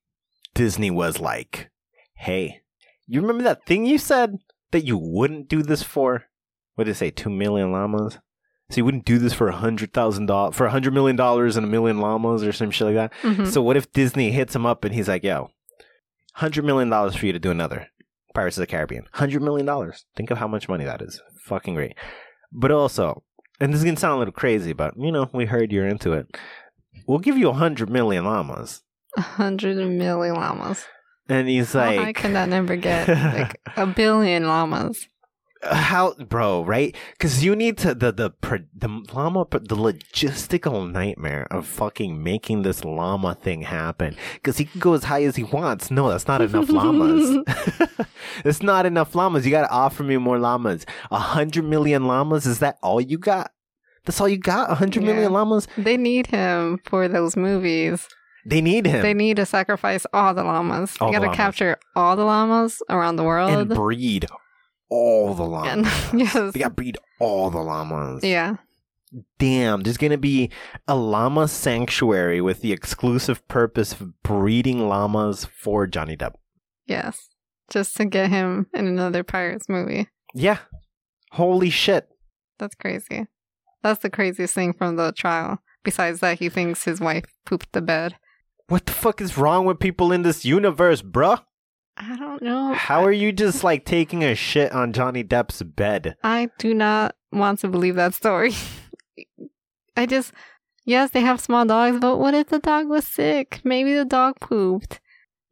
Speaker 2: Disney was like, hey, you remember that thing you said that you wouldn't do this for? What did it say? Two million llamas? So you wouldn't do this for a hundred thousand dollars for a hundred million dollars and a million llamas or some shit like that.
Speaker 3: Mhm.
Speaker 2: So what if Disney hits him up and he's like, yo, hundred million dollars for you to do another Pirates of the Caribbean. Hundred million dollars. Think of how much money that is. Fucking great. But also, and this is gonna sound a little crazy, but you know, we heard you're into it. We'll give you a hundred million llamas.
Speaker 3: A hundred million llamas.
Speaker 2: And he's
Speaker 3: How
Speaker 2: like
Speaker 3: high can that number get? Like a billion llamas.
Speaker 2: how bro right because you need to the the pro- the llama pro- the logistical nightmare of fucking making this llama thing happen because he can go as high as he wants no that's not enough llamas that's not enough llamas you gotta offer me more llamas a hundred million llamas is that all you got that's all you got a hundred million
Speaker 3: Yeah.
Speaker 2: llamas
Speaker 3: They need him for those movies.
Speaker 2: they need him
Speaker 3: They need to sacrifice all the llamas.
Speaker 2: All the
Speaker 3: they gotta
Speaker 2: llamas.
Speaker 3: capture all the llamas around the world.
Speaker 2: and breed all the llamas
Speaker 3: And- yes.
Speaker 2: they gotta breed all the llamas
Speaker 3: Yeah.
Speaker 2: damn, there's going to be a llama sanctuary with the exclusive purpose of breeding llamas for Johnny Depp.
Speaker 3: Yes. Just to get him in another Pirates movie.
Speaker 2: Yeah. Holy shit.
Speaker 3: That's crazy. That's the craziest thing from the trial. Besides that, he thinks his wife pooped the bed.
Speaker 2: What the fuck is wrong with people in this universe, bruh?
Speaker 3: I don't know.
Speaker 2: How are you just like taking a shit on Johnny Depp's bed?
Speaker 3: I do not want to believe that story. I just, yes, they have small dogs, but what if the dog was sick? Maybe the dog pooped.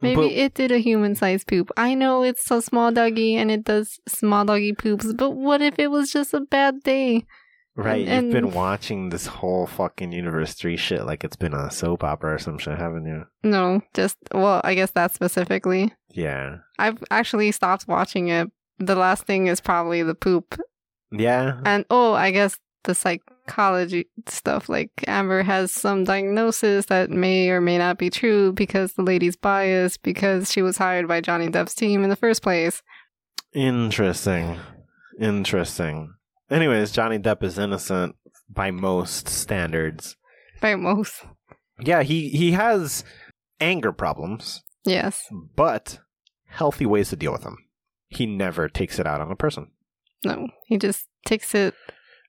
Speaker 3: Maybe
Speaker 2: But-
Speaker 3: it did a human sized poop. I know it's a small doggy and it does small doggy poops, but what if it was just a bad day?
Speaker 2: Right,
Speaker 3: and-
Speaker 2: you've been watching this whole fucking Universe 3 shit like it's been a soap opera or some shit, haven't you?
Speaker 3: No, just, well, I guess that specifically.
Speaker 2: Yeah.
Speaker 3: I've actually stopped watching it. The last thing is probably the poop.
Speaker 2: Yeah.
Speaker 3: And oh, I guess the psychology stuff like Amber has some diagnosis that may or may not be true because the lady's biased because she was hired by Johnny Depp's team in the first place.
Speaker 2: Interesting. Interesting. Anyways, Johnny Depp is innocent by most standards.
Speaker 3: By most.
Speaker 2: Yeah, he he has anger problems,
Speaker 3: Yes.
Speaker 2: but healthy ways to deal with them. He never takes it out on a person.
Speaker 3: No. He just takes it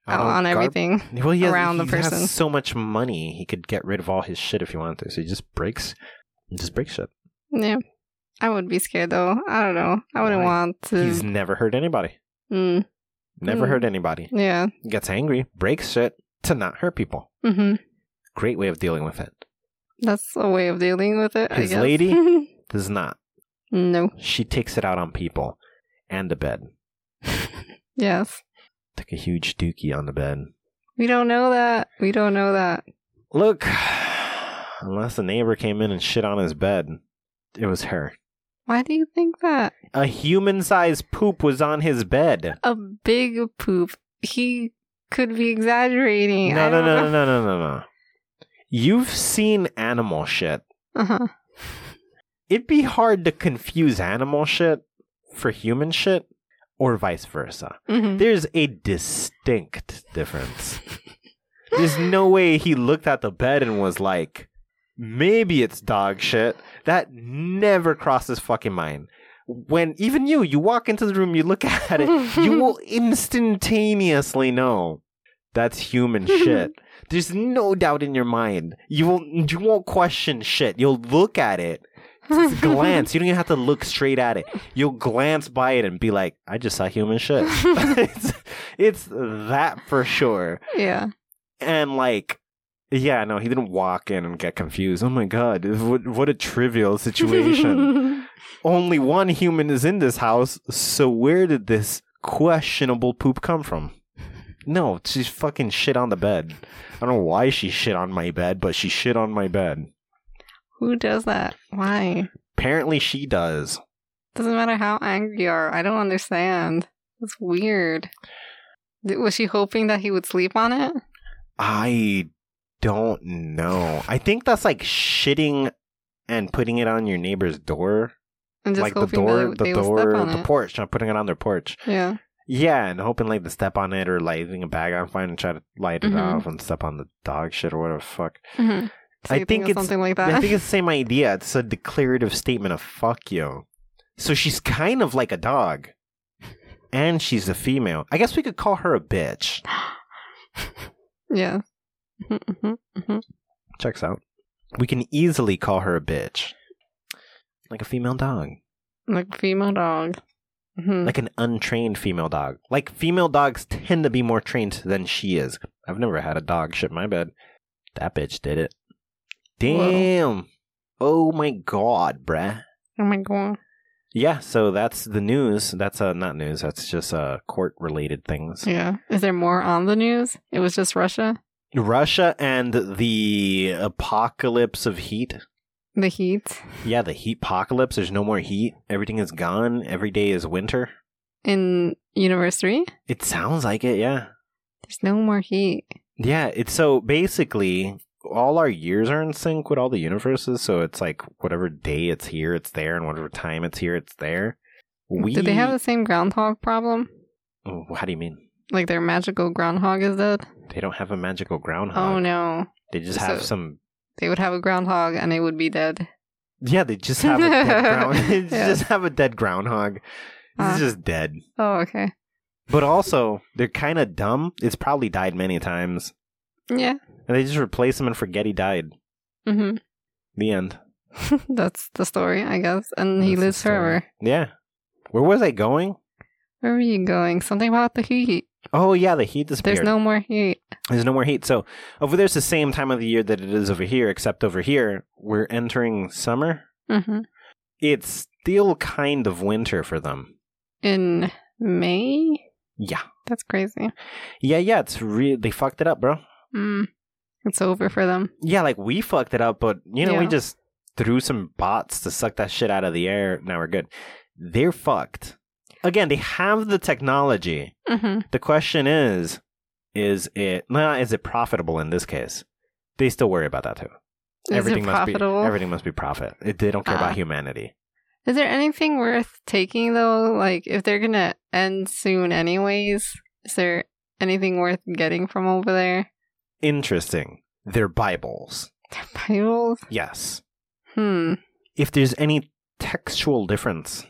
Speaker 2: Out
Speaker 3: out on
Speaker 2: gar-
Speaker 3: everything.
Speaker 2: Well, he has,
Speaker 3: around the
Speaker 2: he
Speaker 3: person.
Speaker 2: Has so much money, he could get rid of all his shit if he wanted to. So he just breaks, he just breaks shit.
Speaker 3: Yeah. I would be scared though. I don't know. I wouldn't
Speaker 2: Why?
Speaker 3: want to.
Speaker 2: He's never hurt anybody.
Speaker 3: Mm,
Speaker 2: Never
Speaker 3: Hmm.
Speaker 2: hurt anybody.
Speaker 3: yeah.
Speaker 2: Gets angry, breaks shit to not hurt people.
Speaker 3: hmm
Speaker 2: Great way of dealing with it.
Speaker 3: That's a way of dealing with it. I
Speaker 2: His
Speaker 3: guess.
Speaker 2: lady? Does not.
Speaker 3: no.
Speaker 2: She takes it out on people and the bed.
Speaker 3: Yes.
Speaker 2: Took a huge dookie on the bed.
Speaker 3: We don't know that. We don't know that.
Speaker 2: Look, unless the neighbor came in and shit on his bed, it was her.
Speaker 3: Why do you think that?
Speaker 2: A human sized poop was on his bed.
Speaker 3: A big poop. He could be exaggerating.
Speaker 2: No,
Speaker 3: I
Speaker 2: no,
Speaker 3: don't
Speaker 2: no, no,
Speaker 3: know.
Speaker 2: no, no, no, no. You've seen animal shit.
Speaker 3: Uh-huh.
Speaker 2: It'd be hard to confuse animal shit for human shit or vice versa.
Speaker 3: hmm
Speaker 2: There's a distinct difference. There's no way he looked at the bed and was like, maybe it's dog shit. That never crossed his fucking mind. When even you, you walk into the room, you look at it, you will instantaneously know that's human shit. There's no doubt in your mind. You won't you won't question shit. You'll look at it. Just glance. You don't even have to look straight at it. You'll glance by it and be like, I just saw human shit. it's, it's that for sure
Speaker 3: Yeah.
Speaker 2: and like yeah no he didn't walk in and get confused oh my god what, what a trivial situation only one human is in this house so where did this questionable poop come from no she's fucking shit on the bed i don't know why she shit on my bed but she shit on my bed
Speaker 3: Who does that? Why?
Speaker 2: apparently she does
Speaker 3: Doesn't matter how angry you are. I don't understand. It's weird. Th- Was she hoping that he would sleep on it?
Speaker 2: i don't know i think that's like shitting and putting it on your neighbor's door,
Speaker 3: and just
Speaker 2: like the
Speaker 3: hoping
Speaker 2: door,
Speaker 3: that
Speaker 2: the
Speaker 3: they will step
Speaker 2: door,
Speaker 3: on
Speaker 2: the
Speaker 3: it.
Speaker 2: porch, not putting it on their porch.
Speaker 3: yeah,
Speaker 2: Yeah, and hoping like to step on it or lighting a bag on fire and try to light it
Speaker 3: Mhm.
Speaker 2: off and step on the dog shit or whatever the fuck.
Speaker 3: hmm
Speaker 2: I think it's-
Speaker 3: something like that.
Speaker 2: I think it's the same idea. It's a declarative statement of fuck you. So she's kind of like a dog. And she's a female. I guess we could call her a bitch.
Speaker 3: yeah. Mhm, mhm,
Speaker 2: Checks out. We can easily call her a bitch. Like a female dog.
Speaker 3: like female dog. hmm
Speaker 2: Like an untrained female dog. Like female dogs tend to be more trained than she is. I've never had a dog shit my bed. That bitch did it. Damn. Oh my god, bruh.
Speaker 3: Oh my god.
Speaker 2: Yeah, so that's the news. That's uh, not news. That's just uh, court related things.
Speaker 3: Yeah. Is there more on the news? It was just Russia,
Speaker 2: Russia and the apocalypse of heat.
Speaker 3: the heat
Speaker 2: Yeah, the heat apocalypse. There's no more heat. Everything is gone. Every day is winter.
Speaker 3: in Universe Three.
Speaker 2: It sounds like it. Yeah,
Speaker 3: There's no more heat.
Speaker 2: yeah. It's so basically all our years are in sync with all the universes. So it's like whatever day it's here, it's there, and whatever time it's here, it's there. We
Speaker 3: Did they have the same groundhog problem?
Speaker 2: Oh, How do you mean?
Speaker 3: Like their magical groundhog is dead?
Speaker 2: They don't have a magical groundhog.
Speaker 3: Oh no.
Speaker 2: They just have
Speaker 3: So-
Speaker 2: some
Speaker 3: They would have a groundhog and it would be dead.
Speaker 2: Yeah, they just have a dead ground. they
Speaker 3: Yeah.
Speaker 2: just have a dead groundhog.
Speaker 3: Ah.
Speaker 2: It's just dead.
Speaker 3: Oh, okay.
Speaker 2: But also, they're kind of dumb. It's probably died many times,
Speaker 3: Yeah.
Speaker 2: and they just replace him and forget he died.
Speaker 3: hmm
Speaker 2: The end.
Speaker 3: That's the story, I guess. And he
Speaker 2: That's the
Speaker 3: lives
Speaker 2: story.
Speaker 3: forever.
Speaker 2: Yeah. Where was I going?
Speaker 3: Where were you going? Something about the heat.
Speaker 2: Oh yeah, the heat disappeared.
Speaker 3: There's no more heat.
Speaker 2: There's no more heat. So over there's the same time of the year that it is over here, except over here we're entering summer.
Speaker 3: hmm
Speaker 2: It's still kind of winter for them.
Speaker 3: In May?
Speaker 2: Yeah.
Speaker 3: That's crazy.
Speaker 2: Yeah, yeah. It's real. They fucked it up, bro.
Speaker 3: Mm. It's over for them.
Speaker 2: Yeah, like we fucked it up, but you know, we
Speaker 3: Yeah.
Speaker 2: just threw some bots to suck that shit out of the air. Now we're good. They're fucked. Again, they have the technology.
Speaker 3: hmm
Speaker 2: The question is, is it nah, is it profitable in this case? They still worry about that too.
Speaker 3: Is
Speaker 2: everything
Speaker 3: it
Speaker 2: must
Speaker 3: profitable?
Speaker 2: be everything must be profit. It- They don't care
Speaker 3: Ah.
Speaker 2: about humanity.
Speaker 3: Is there anything worth taking though? Like, if they're gonna end soon, anyways, is there anything worth getting from over there?
Speaker 2: Interesting. They're Bibles.
Speaker 3: Bibles?
Speaker 2: Yes.
Speaker 3: Hmm.
Speaker 2: If there's any textual difference,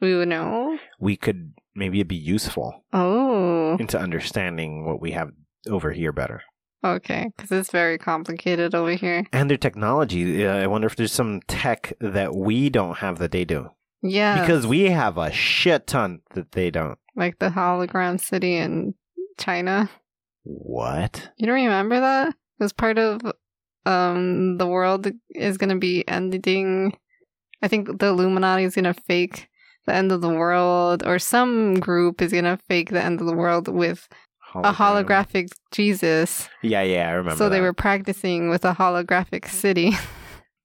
Speaker 3: We would know.
Speaker 2: we could maybe it'd be useful
Speaker 3: Oh,
Speaker 2: into understanding what we have over here better.
Speaker 3: okay. Because it's very complicated over here.
Speaker 2: and their technology. Uh, I wonder if there's some tech that we don't have that they do
Speaker 3: Yeah.
Speaker 2: because we have a shit ton that they don't.
Speaker 3: like the hologram city in China.
Speaker 2: What?
Speaker 3: You don't remember that? It was part of um the world is gonna be ending. I think the Illuminati is gonna fake the end of the world, or some group is gonna fake the end of the world with a
Speaker 2: Hologram.
Speaker 3: holographic Jesus.
Speaker 2: Yeah, yeah, I remember.
Speaker 3: so they
Speaker 2: that.
Speaker 3: were practicing with a holographic city.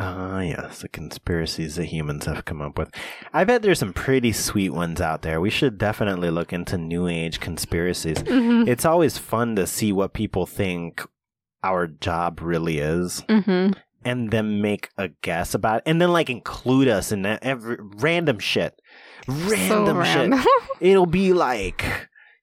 Speaker 2: Ah, yes, the conspiracies that humans have come up with. I bet there's some pretty sweet ones out there. We should definitely look into New Age conspiracies.
Speaker 3: hmm
Speaker 2: It's always fun to see what people think our job really is.
Speaker 3: hmm
Speaker 2: and then make a guess about it, and then like include us in that every random shit. Random
Speaker 3: so
Speaker 2: shit.
Speaker 3: random.
Speaker 2: It'll be like,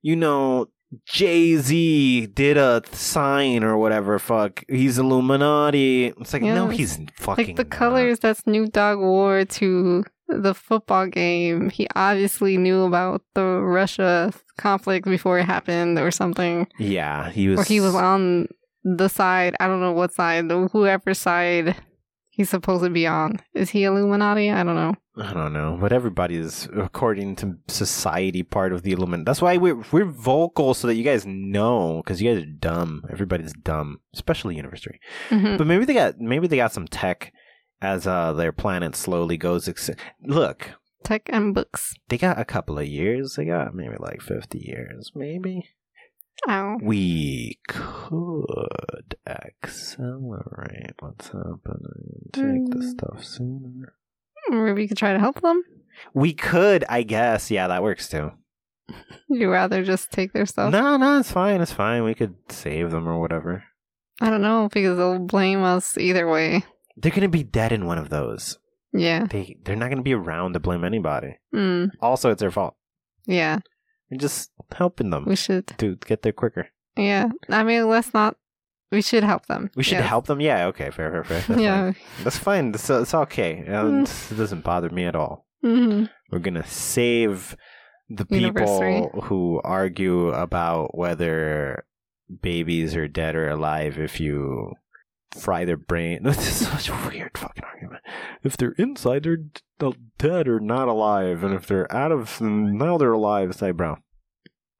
Speaker 2: you know, Jay Z did a th- sign or whatever. Fuck, he's Illuminati. It's like, no,
Speaker 3: Yes.
Speaker 2: he's fucking
Speaker 3: like the
Speaker 2: not.
Speaker 3: colors that Snoop Dogg wore to the football game. He obviously knew about the Russia conflict before it happened, or something,
Speaker 2: Yeah, he was.
Speaker 3: or he was on the side. I don't know what side, whoever side he's supposed to be on. Is he Illuminati? I don't know.
Speaker 2: I don't know, but everybody is, according to society, part of the Illuminati. That's why we're we're vocal so that you guys know, because you guys are dumb. Everybody's dumb, especially university.
Speaker 3: Mhm.
Speaker 2: But maybe they got maybe they got some tech as uh their planet slowly goes ex- look
Speaker 3: Tech and books.
Speaker 2: they got a couple of years they got maybe like 50 years maybe
Speaker 3: Ow.
Speaker 2: we could accelerate what's happening take the
Speaker 3: Mm.
Speaker 2: stuff sooner
Speaker 3: Maybe you could try to help them.
Speaker 2: we could i guess yeah that works too
Speaker 3: You'd rather just take their stuff.
Speaker 2: no no it's fine it's fine we could save them or whatever
Speaker 3: I don't know because they'll blame us either way.
Speaker 2: They're gonna be dead in one of those.
Speaker 3: Yeah.
Speaker 2: They they're not gonna be around to blame anybody.
Speaker 3: Mm.
Speaker 2: Also, it's their fault.
Speaker 3: Yeah.
Speaker 2: We're just helping them
Speaker 3: We should.
Speaker 2: to get there quicker.
Speaker 3: Yeah. I mean, let's not. We should help them.
Speaker 2: We should
Speaker 3: Yes.
Speaker 2: help them. Yeah. Okay. Fair. Fair. Fair. That's
Speaker 3: yeah.
Speaker 2: Fine. That's fine. That's, that's okay. Um,
Speaker 3: Mm.
Speaker 2: this- It doesn't bother me at all.
Speaker 3: hmm
Speaker 2: We're gonna save the
Speaker 3: Anniversary.
Speaker 2: people who argue about whether babies are dead or alive if you fry their brain. This is such a weird fucking argument. If they're inside, they're d- they're dead or not alive, and if they're out of, now they're alive. It's like, bro,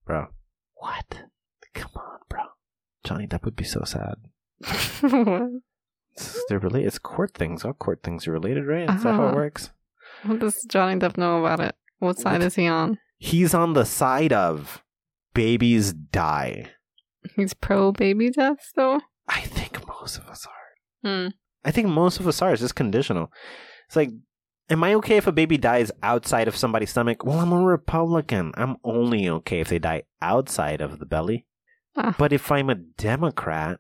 Speaker 2: bro, what? Come on, bro, Johnny. That would be so sad.
Speaker 3: what?
Speaker 2: It's, they're related. It's court things. All court things are related, right? Is that how it
Speaker 3: Uh-huh.
Speaker 2: works?
Speaker 3: what does Johnny Depp know about it? What side is he on?
Speaker 2: He's on the side of babies die.
Speaker 3: He's pro baby death, though.
Speaker 2: I think most of us are.
Speaker 3: Hmm.
Speaker 2: I think most of us are. It's just conditional. It's like, am I okay if a baby dies outside of somebody's stomach? Well, I'm a Republican. I'm only okay if they die outside of the belly.
Speaker 3: Ah.
Speaker 2: But if I'm a Democrat,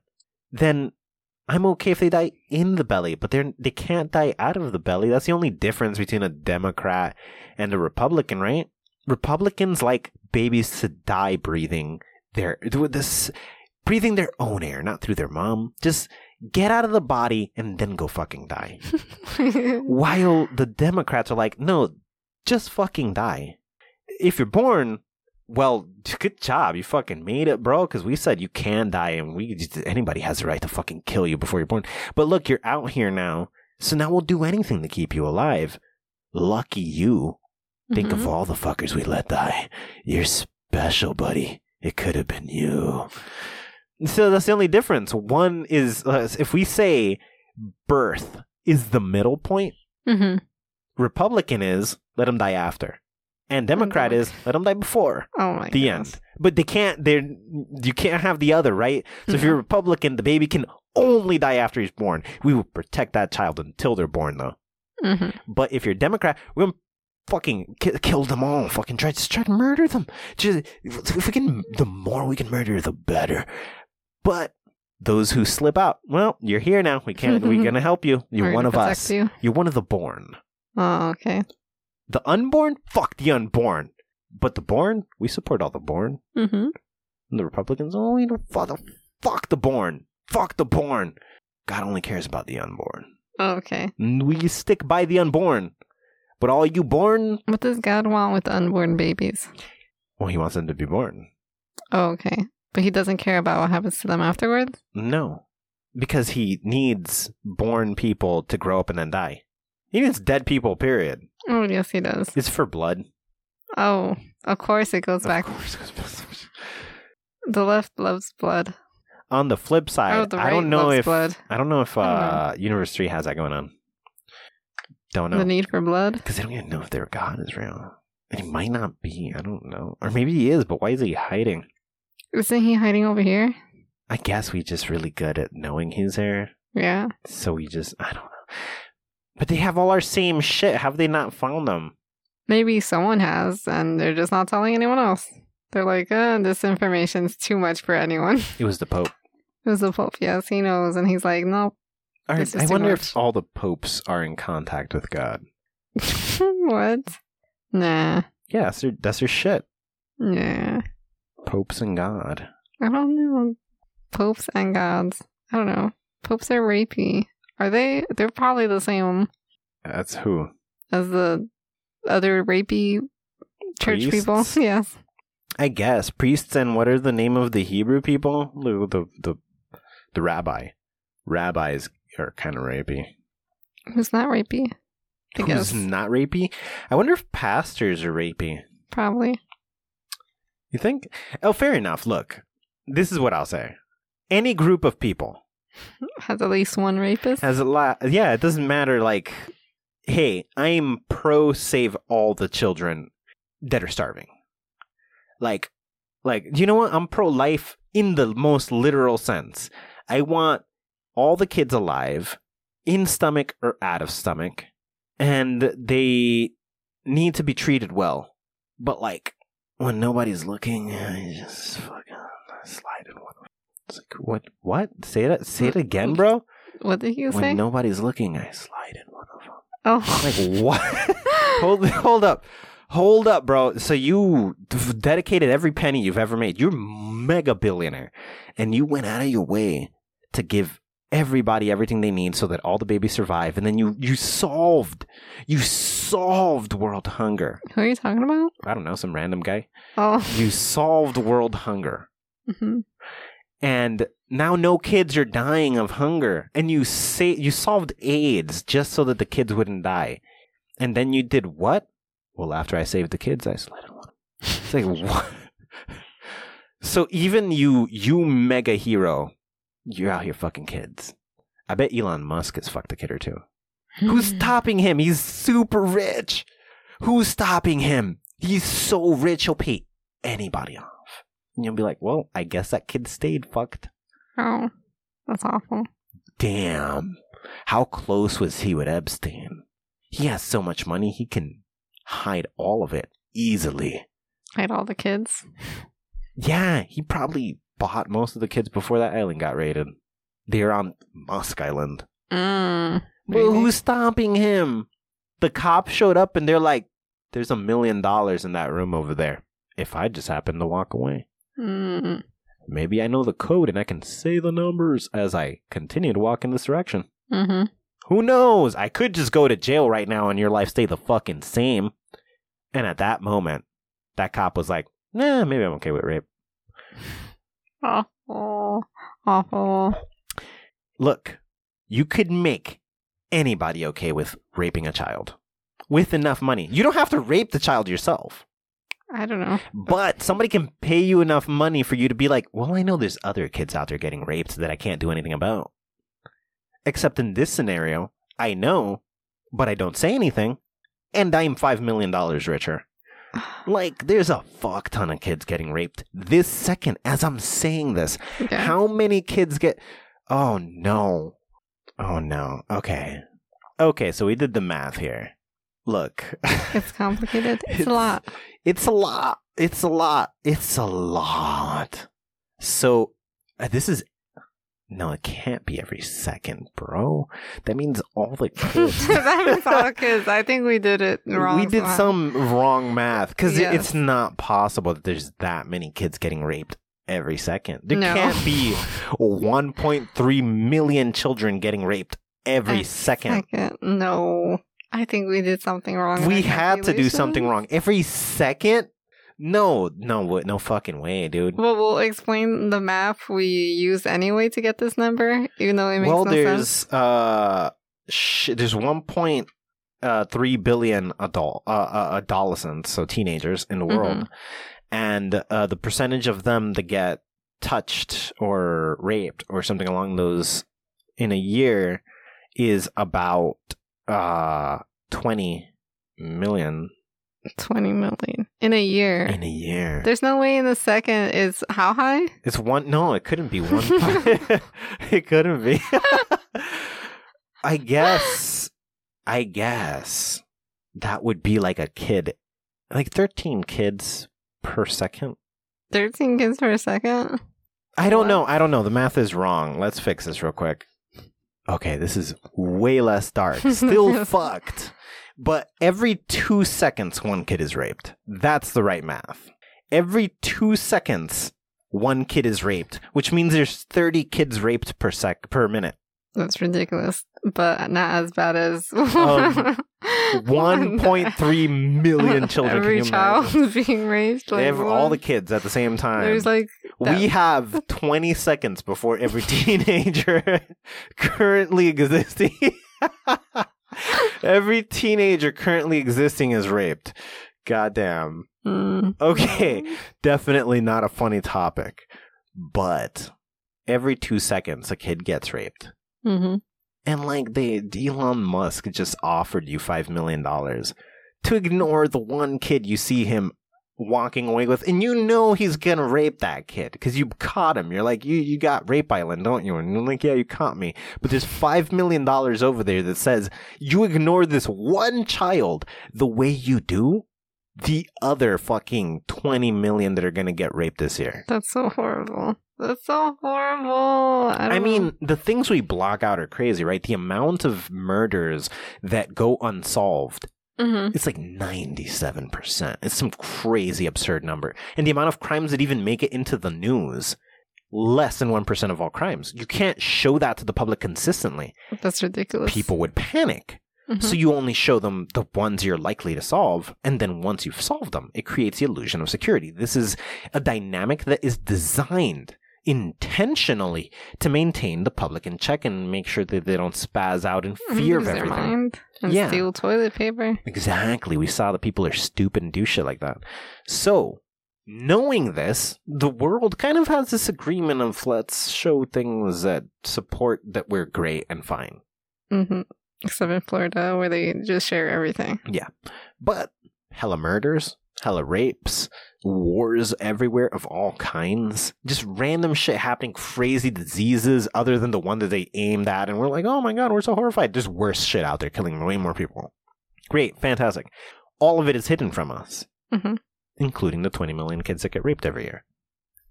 Speaker 2: then I'm okay if they die in the belly, but they're they can't die out of the belly. That's the only difference between a Democrat and a Republican, right? Republicans like babies to die breathing their with this breathing their own air, not through their mom. Just get out of the body and then go fucking die. While the Democrats are like, no, just fucking die. If you're born, well, good job, you fucking made it, bro. Because we said you can die, and we anybody has the right to fucking kill you before you're born. But look, you're out here now, so now we'll do anything to keep you alive. Lucky you. Think of all the fuckers we let die. You're special, buddy. It could have been you. So that's the only difference. One is uh, if we say birth is the middle point, Mm-hmm.
Speaker 3: hmm
Speaker 2: Republican is let them die after, and Democrat
Speaker 3: God.
Speaker 2: is let them die before.
Speaker 3: Oh my.
Speaker 2: The
Speaker 3: gosh.
Speaker 2: end. But they can't. They you can't have the other, right? So if
Speaker 3: No.
Speaker 2: you're a Republican, the baby can only die after he's born. We will protect that child until they're born, though.
Speaker 3: Mhm.
Speaker 2: But if you're a Democrat, we're gonna fucking ki- kill them all. Fucking try, just try to murder them. Just if we can, the more we can murder, the better. But those who slip out, well, you're here now. We can't. We're gonna help you. You're
Speaker 3: We're
Speaker 2: one
Speaker 3: gonna
Speaker 2: of
Speaker 3: protect
Speaker 2: us.
Speaker 3: You.
Speaker 2: You're one of the born.
Speaker 3: Oh, okay.
Speaker 2: The unborn, fuck the unborn. But the born, we support all the born.
Speaker 3: Mm-hmm.
Speaker 2: And the Republicans, oh, we don't fuck the, fuck the born. Fuck the born. God only cares about the unborn.
Speaker 3: Okay.
Speaker 2: And We stick by the unborn. But all you born,
Speaker 3: What does God want with unborn babies?
Speaker 2: well, he wants them to be born.
Speaker 3: Oh, okay. But he doesn't care about what happens to them afterwards.
Speaker 2: No. Because he needs born people to grow up and then die. He needs dead people, period.
Speaker 3: Oh, yes, he does.
Speaker 2: It's for blood.
Speaker 3: Oh, of course it goes back.
Speaker 2: Of course.
Speaker 3: The left loves blood.
Speaker 2: On the flip side,
Speaker 3: oh, the right
Speaker 2: I don't know
Speaker 3: loves
Speaker 2: if
Speaker 3: blood.
Speaker 2: I don't know if
Speaker 3: I
Speaker 2: uh, Universe 3 has that going on. Don't
Speaker 3: The
Speaker 2: know.
Speaker 3: need for blood.
Speaker 2: Because I don't even know if their god is real. And he might not be. I don't know. Or maybe he is, but why is he hiding?
Speaker 3: Isn't he hiding over here?
Speaker 2: I guess we just really good at knowing he's there.
Speaker 3: Yeah.
Speaker 2: So we just, I don't know. But they have all our same shit. Have they not found them?
Speaker 3: Maybe someone has, and they're just not telling anyone else. They're like, uh, this information's too much for anyone.
Speaker 2: It was the Pope.
Speaker 3: it was the Pope. Yes, he knows. And he's like, nope.
Speaker 2: All right,
Speaker 3: This is
Speaker 2: I
Speaker 3: too
Speaker 2: wonder
Speaker 3: much.
Speaker 2: if all the popes are in contact with God.
Speaker 3: what? Nah.
Speaker 2: Yeah, that's their, that's their shit.
Speaker 3: Nah.
Speaker 2: Popes and God.
Speaker 3: I don't know. Popes and gods. I don't know. Popes are rapey. Are they? They're probably the same
Speaker 2: That's who.
Speaker 3: as the other rapey church people.
Speaker 2: Priests?
Speaker 3: Yes.
Speaker 2: I guess priests and what are the name of the Hebrew people? The the the, the rabbi. Rabbis are kind of rapey.
Speaker 3: Who's not rapey? I
Speaker 2: Who's
Speaker 3: guess.
Speaker 2: not rapey? I wonder if pastors are rapey.
Speaker 3: Probably.
Speaker 2: You think? Oh, fair enough. Look, this is what I'll say. Any group of people
Speaker 3: Has at least one rapist.
Speaker 2: has a lot. Yeah, it doesn't matter. Like, hey, I'm pro save all the children that are starving. Like, like you know what? I'm pro life in the most literal sense. I want all the kids alive, in stomach or out of stomach, and they need to be treated well. But like, when nobody's looking, I just fucking slide in one. It's like, what? What? Say that. Say it again, bro.
Speaker 3: What did you
Speaker 2: when
Speaker 3: say?
Speaker 2: nobody's looking, I slide in one of them.
Speaker 3: oh.
Speaker 2: Like what? hold hold up, hold up, bro. So you d- dedicated every penny you've ever made. You're mega billionaire, and you went out of your way to give everybody everything they need so that all the babies survive. And then you you solved you solved world hunger.
Speaker 3: Who are you talking about?
Speaker 2: I don't know, some random guy.
Speaker 3: Oh.
Speaker 2: You solved world hunger.
Speaker 3: Mhm.
Speaker 2: and now no kids are dying of hunger and you say you solved aids just so that the kids wouldn't die and then you did what well after i saved the kids i slid in one it's like what so even you you mega hero you're out here fucking kids i bet elon musk has fucked a kid or two who's
Speaker 3: Mm-hmm.
Speaker 2: stopping him he's super rich who's stopping him he's so rich he'll pay anybody off and you'll be like well i guess that kid stayed fucked
Speaker 3: Oh. That's awful.
Speaker 2: damn, how close was he with Epstein? He has so much money, he can hide all of it easily.
Speaker 3: Hide all the kids.
Speaker 2: Yeah, he probably bought most of the kids before that island got raided. They're on Musk Island.
Speaker 3: Mm.
Speaker 2: But
Speaker 3: Really?
Speaker 2: who's stopping him? The cops showed up and they're like, there's a million dollars in that room over there. If I just happen to walk away,
Speaker 3: Mm.
Speaker 2: maybe I know the code and I can say the numbers as I continue to walk in this direction.
Speaker 3: Mm-hmm.
Speaker 2: Who knows? I could just go to jail right now and your life stay the fucking same. And at that moment, that cop was like, nah, maybe I'm okay with rape.
Speaker 3: Awful. Awful.
Speaker 2: Look, you could make anybody okay with raping a child with enough money. You don't have to rape the child yourself,
Speaker 3: I don't know.
Speaker 2: but somebody can pay you enough money for you to be like, well, I know there's other kids out there getting raped that I can't do anything about. Except in this scenario, I know, but I don't say anything, and I'm $5 million richer. Like, there's a fuck ton of kids getting raped this second as I'm saying this.
Speaker 3: Yeah.
Speaker 2: How many kids get. Oh, no. Oh, no. Okay. Okay, so we did the math here. Look.
Speaker 3: it's complicated. It's, a lot.
Speaker 2: It's a lot. It's a lot. It's a lot. So, uh, this is. No, it can't be every second, bro. That means all the kids.
Speaker 3: that was all kids. I think we did it wrong.
Speaker 2: We did
Speaker 3: somehow.
Speaker 2: some wrong math because
Speaker 3: Yes.
Speaker 2: it's not possible that there's that many kids getting raped every second. There
Speaker 3: No.
Speaker 2: can't be 1.3 million children getting raped every
Speaker 3: A
Speaker 2: second.
Speaker 3: Second. No. I think we did something wrong.
Speaker 2: We
Speaker 3: with our
Speaker 2: had to do
Speaker 3: calculations.
Speaker 2: something wrong every second. No, no, wa- no fucking way, dude.
Speaker 3: Well, we'll explain the map we use anyway to get this number, even though it makes
Speaker 2: well,
Speaker 3: no
Speaker 2: there's
Speaker 3: sense.
Speaker 2: uh, sh- there's 1.3 billion adult uh, uh, adolescents, so teenagers in the world,
Speaker 3: Mm-hmm.
Speaker 2: and uh, the percentage of them that get touched or raped or something along those in a year is about uh 20 million
Speaker 3: 20 million in a year.
Speaker 2: in a year.
Speaker 3: There's no way in the second is how high?
Speaker 2: It's one. No, it couldn't be one. point. it couldn't be. I guess. I guess that would be like a kid, like thirteen kids per second.
Speaker 3: 13 kids per second?
Speaker 2: I don't
Speaker 3: What?
Speaker 2: know. I don't know. The math is wrong. Let's fix this real quick. Okay, this is way less dark. Still fucked. But every two seconds, one kid is raped. That's the right math. Every two seconds, one kid is raped, which means there's 30 kids raped per sec per minute.
Speaker 3: That's ridiculous, but not as bad as
Speaker 2: Um, 1.3 million children.
Speaker 3: Every
Speaker 2: can you
Speaker 3: child
Speaker 2: imagine?
Speaker 3: being raised. Like,
Speaker 2: They have all
Speaker 3: what?
Speaker 2: the kids at the same time.
Speaker 3: There's like
Speaker 2: We have 20 seconds before every teenager currently existing. every teenager currently existing is raped. Goddamn.
Speaker 3: mm,
Speaker 2: Okay, definitely not a funny topic, but every two seconds a kid gets raped.
Speaker 3: mhm.
Speaker 2: And like they, Elon Musk just offered you $5 million to ignore the one kid you see him walking away with. And you know he's going to rape that kid because you caught him. You're like, you, you got Rape Island, don't you? And you're like, yeah, you caught me. But there's $5 million over there that says you ignore this one child the way you do. the other fucking 20 million that are going to get raped this year.
Speaker 3: That's so horrible. That's so horrible. I,
Speaker 2: I
Speaker 3: don't know.
Speaker 2: mean, the things we block out are crazy, right? The amount of murders that go unsolved,
Speaker 3: Mhm.
Speaker 2: it's like 97%. It's some crazy, absurd number. And the amount of crimes that even make it into the news, less than 1% of all crimes. You can't show that to the public consistently.
Speaker 3: that's ridiculous.
Speaker 2: People would panic.
Speaker 3: Mhm.
Speaker 2: So you only show them the ones you're likely to solve, and then once you've solved them, it creates the illusion of security. This is a dynamic that is designed intentionally to maintain the public in check and make sure that they don't spaz out in
Speaker 3: Mhm,
Speaker 2: fear of
Speaker 3: lose their
Speaker 2: everything.
Speaker 3: mind and
Speaker 2: Yeah.
Speaker 3: steal toilet paper.
Speaker 2: Exactly. We saw that people are stupid and do shit like that. So, knowing this, the world kind of has this agreement of let's show things that support that we're great and fine.
Speaker 3: hmm Except in Florida, where they just share everything.
Speaker 2: But hella murders, hella rapes, wars everywhere of all kinds, just random shit happening, crazy diseases other than the one that they aimed at. And we're like, oh my God, we're so horrified. There's worse shit out there killing way more people. Great, fantastic. All of it is hidden from us,
Speaker 3: Mhm.
Speaker 2: including the 20 million kids that get raped every year.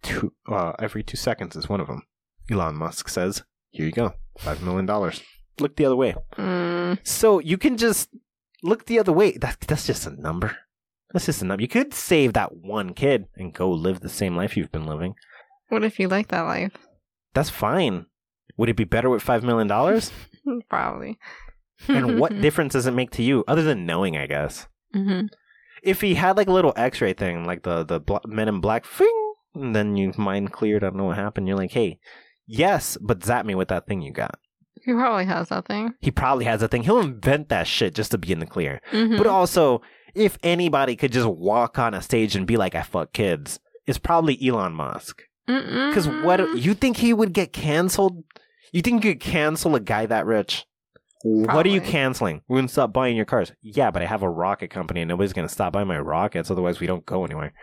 Speaker 2: Two, uh, every two seconds is one of them. Elon Musk says, here you go, $5 million. Look the other way.
Speaker 3: Mm,
Speaker 2: So you can just look the other way. That, that's just a number. That's just a number. You could save that one kid and go live the same life you've been living.
Speaker 3: what if you like that life?
Speaker 2: That's fine. Would it be better with $5 million?
Speaker 3: Probably.
Speaker 2: and what difference does it make to you other than knowing, I guess?
Speaker 3: hmm
Speaker 2: If he had like a little x ray thing, like the, the bl- men in black, fing, and then your mind cleared, I don't know what happened. You're like, hey, yes, but zap me with that thing you got.
Speaker 3: He probably has that thing.
Speaker 2: He probably has a thing. He'll invent that shit just to be in the clear.
Speaker 3: Mhm.
Speaker 2: But uh, also, if anybody could just walk on a stage and be like, I fuck kids, it's probably Elon Musk.
Speaker 3: Mm-mm.
Speaker 2: Because
Speaker 3: Mm-hmm.
Speaker 2: what you think he would get canceled? You think you could cancel a guy that rich? What are you
Speaker 3: Probably.
Speaker 2: canceling? We're gonna stop buying your cars. Yeah, but I have a rocket company and nobody's gonna stop buying my rockets, otherwise we don't go anywhere.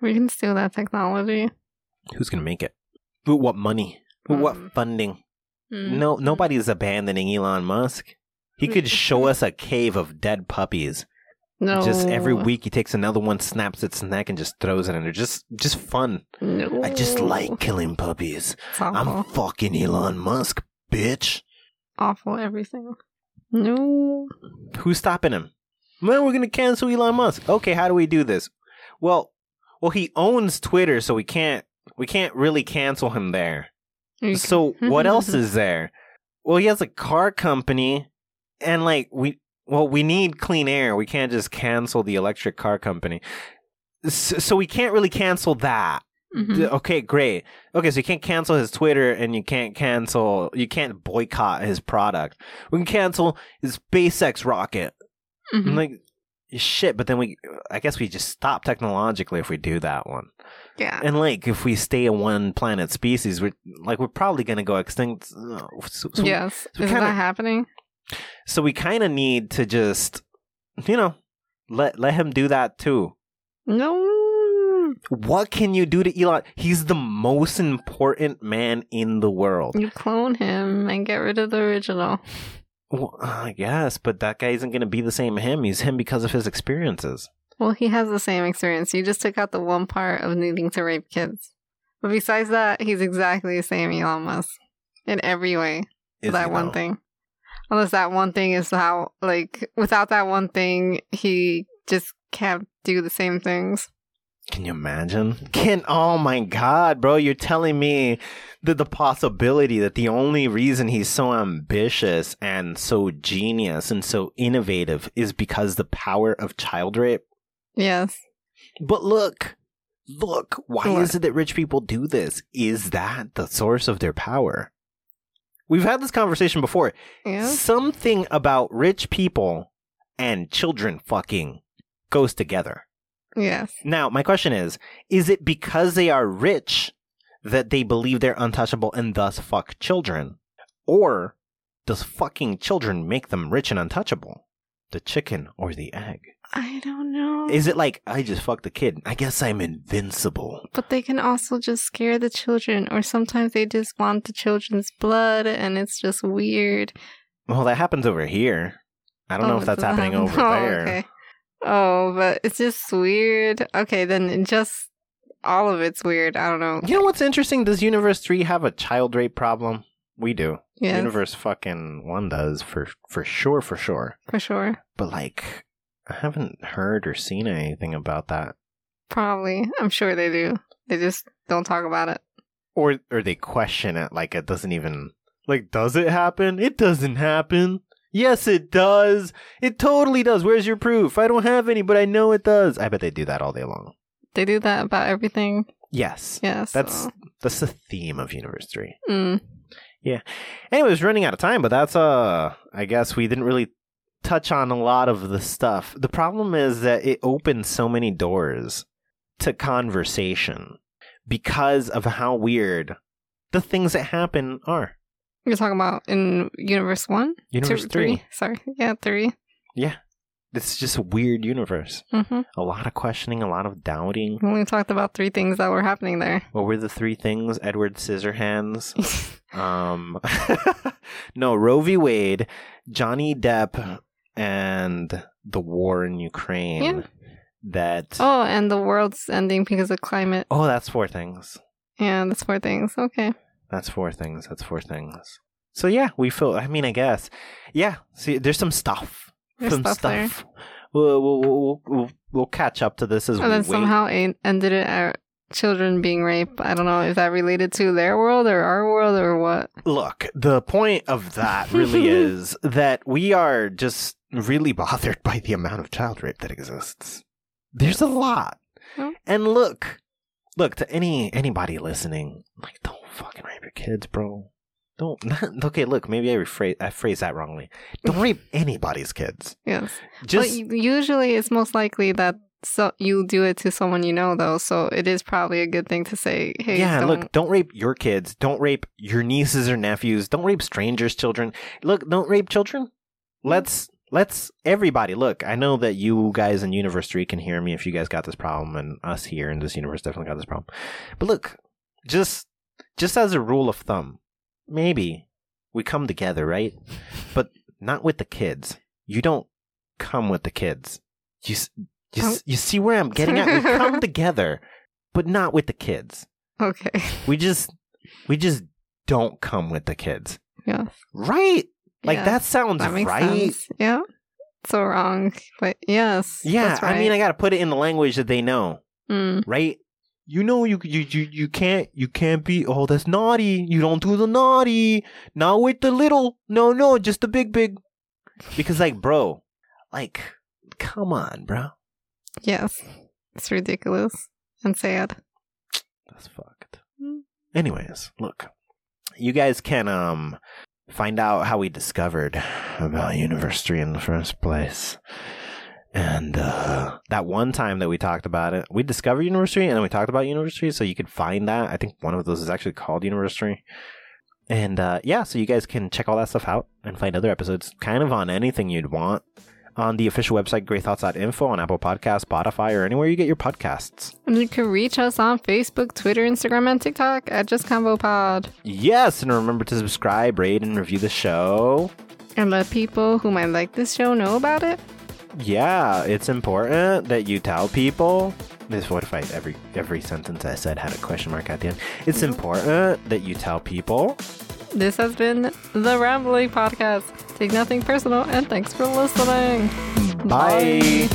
Speaker 3: we can steal that technology.
Speaker 2: Who's gonna make it? With what money? With what
Speaker 3: Mm.
Speaker 2: funding?
Speaker 3: Mm.
Speaker 2: No nobody's abandoning Elon Musk. He could show us a cave of dead puppies.
Speaker 3: no,
Speaker 2: Just every week he takes another one, snaps its neck, and just throws it in there. Just, just fun.
Speaker 3: No.
Speaker 2: I just like um, killing puppies.
Speaker 3: It's
Speaker 2: I'm
Speaker 3: awful.
Speaker 2: fucking Elon Musk, bitch.
Speaker 3: awful everything. No,
Speaker 2: Who's stopping him? Man, we're gonna cancel Elon Musk. Okay, how do we do this? Well, well, he owns Twitter, so we can't, we can't really cancel him there.
Speaker 3: You c-
Speaker 2: So what else is there? Well, he has a car company, and like we, well, we need clean air. We can't just cancel the electric car company. So, so we can't really cancel that.
Speaker 3: Mhm.
Speaker 2: D- Okay, great. Okay, so you can't cancel his Twitter and you can't cancel, you can't boycott his product. We can cancel his SpaceX rocket.
Speaker 3: Mhm.
Speaker 2: I'm like, shit, but then we, I guess we just stop technologically if we do that one.
Speaker 3: yeah,
Speaker 2: And like, if we stay a one planet species, we're like, we're probably going to go extinct. Uh, So, so,
Speaker 3: yes.
Speaker 2: so we
Speaker 3: Isn't
Speaker 2: kinda-
Speaker 3: that happening?
Speaker 2: so we kind of need to just, you know, let, let him do that too.
Speaker 3: No,
Speaker 2: What can you do to Elon? He's the most important man in the world.
Speaker 3: you clone him and get rid of the original.
Speaker 2: Well, I guess, but that guy isn't going to be the same him. He's him because of his experiences.
Speaker 3: Well, he has the same experience. You just took out the one part of needing to rape kids. But besides that, he's exactly the same Elon Musk in every way.
Speaker 2: Is
Speaker 3: for that
Speaker 2: he,
Speaker 3: one
Speaker 2: though?
Speaker 3: thing. Unless that one thing is how, like, without that one thing, he just can't do the same things.
Speaker 2: Can you imagine? Can oh my god, bro! You're telling me that the possibility that the only reason he's so ambitious and so genius and so innovative is because the power of child rape.
Speaker 3: Yes.
Speaker 2: But look, look, why
Speaker 3: What?
Speaker 2: is it that rich people do this? Is that the source of their power? We've had this conversation before.
Speaker 3: Yes.
Speaker 2: Something about rich people and children fucking goes together.
Speaker 3: Yes.
Speaker 2: Now, my question is is it because they are rich that they believe they're untouchable and thus fuck children? Or does fucking children make them rich and untouchable? The chicken or the egg?
Speaker 3: I don't know.
Speaker 2: Is it like, I just fucked the kid. I guess I'm invincible.
Speaker 3: but they can also just scare the children, or sometimes they just want the children's blood, and it's just weird.
Speaker 2: Well, that happens over here. I don't know
Speaker 3: Oh,
Speaker 2: if
Speaker 3: it
Speaker 2: that's
Speaker 3: doesn't
Speaker 2: happening over
Speaker 3: happen- Oh,
Speaker 2: there.
Speaker 3: okay. Oh, but it's just weird. Okay, then just all of it's weird. I don't know.
Speaker 2: You know what's interesting? Does Universe 3 have a child rape problem? We do.
Speaker 3: Yeah,
Speaker 2: Universe fucking 1 does for for sure, for sure.
Speaker 3: for sure.
Speaker 2: But like I haven't heard or seen anything about that.
Speaker 3: Probably. I'm sure they do. They just don't talk about it.
Speaker 2: Or or they question it like it doesn't even like does it happen? It doesn't happen. Yes, it does. It totally does. Where's your proof? I don't have any, but I know it does. I bet they do that all day long.
Speaker 3: They do that about everything.
Speaker 2: Yes.
Speaker 3: Yes.
Speaker 2: That's that's the theme of Universe 3.
Speaker 3: Mm.
Speaker 2: Anyways, running out of time, but that's uh I guess we didn't really touch on a lot of the stuff. The problem is that it opened so many doors to conversation because of how weird the things that happen are.
Speaker 3: You're talking about in Universe 1?
Speaker 2: Universe
Speaker 3: Two-
Speaker 2: 3.
Speaker 3: Sorry. Yeah, 3.
Speaker 2: It's just a weird universe.
Speaker 3: Mm-hmm.
Speaker 2: A lot of questioning, a lot of doubting.
Speaker 3: We only talked about three things that were happening there.
Speaker 2: What were the three things? Edward Scissorhands, Um, no, Roe v. Wade, Johnny Depp, and the war in Ukraine.
Speaker 3: Yeah.
Speaker 2: That oh.
Speaker 3: oh, and the world's ending because of climate.
Speaker 2: that's four things.
Speaker 3: Yeah, that's four things. Okay.
Speaker 2: That's four things. That's four things. So yeah, we feel. I mean, I guess. Yeah. See, there's some stuff.
Speaker 3: There's
Speaker 2: some
Speaker 3: stuff, there.
Speaker 2: We'll, we'll, we'll, we'll, we'll catch up to this as
Speaker 3: And then
Speaker 2: we wait.
Speaker 3: somehow a- ended it at children being raped. I don't know if that related to their world or our world or what.
Speaker 2: Look, the point of that really is that we are just really bothered by the amount of child rape that exists. There's a lot.
Speaker 3: Hmm.
Speaker 2: And look, look to any anybody listening, like don't fucking rape your kids, bro. Don't. okay, look, maybe I rephrase I phrased that wrongly. Don't rape anybody's kids.
Speaker 3: Yes.
Speaker 2: Just
Speaker 3: but u- usually it's most likely that so you do it to someone you know though, so it is probably a good thing to say, hey,
Speaker 2: yeah,
Speaker 3: don't-
Speaker 2: look, don't rape your kids. Don't rape your nieces or nephews. Don't rape strangers' children. Look, don't rape children. Let's let's everybody look. I know that you guys in Universe Three can hear me if you guys got this problem, and us here in this universe definitely got this problem. But look, just just as a rule of thumb, maybe we come together, right? But not with the kids. You don't come with the kids. You s- you, s- you see where I'm getting at? We come together, but not with the kids.
Speaker 3: Okay.
Speaker 2: We just we just don't come with the kids.
Speaker 3: Yeah.
Speaker 2: Right? Like
Speaker 3: Yeah,
Speaker 2: that sounds
Speaker 3: that makes
Speaker 2: right.
Speaker 3: sense. Yeah. So wrong. But yes.
Speaker 2: Yeah,
Speaker 3: that's right.
Speaker 2: I mean I got to put it in the language that they know,
Speaker 3: Mm.
Speaker 2: right? You know you you you, you can't you can't be oh that's naughty. You don't do the naughty. Not with the little. No, no, just the big big. Because like, bro, like come on, bro.
Speaker 3: Yes. It's ridiculous and sad.
Speaker 2: That's fucked. Anyways, look. You guys can um find out how we discovered about Universe 3 in the first place. And uh that one time that we talked about it, we discovered Universe 3 and then we talked about Universe 3, so you could find that. I think one of those is actually called Universe 3. And uh yeah, so you guys can check all that stuff out and find other episodes kind of on anything you'd want. On the official website, greythoughts.info, on Apple Podcasts, Spotify, or anywhere you get your podcasts.
Speaker 3: And you can reach us on Facebook, Twitter, Instagram, and TikTok at Just Combo Pod.
Speaker 2: Yes, and remember to subscribe, rate, and review the show.
Speaker 3: And let people who might like this show know about it.
Speaker 2: Yeah, it's important that you tell people. This what if I every every sentence I said had a question mark at the end. It's
Speaker 3: Mm-hmm.
Speaker 2: important that you tell people.
Speaker 3: This has been the Rambling Podcast. Take nothing personal and thanks for listening.
Speaker 2: Bye.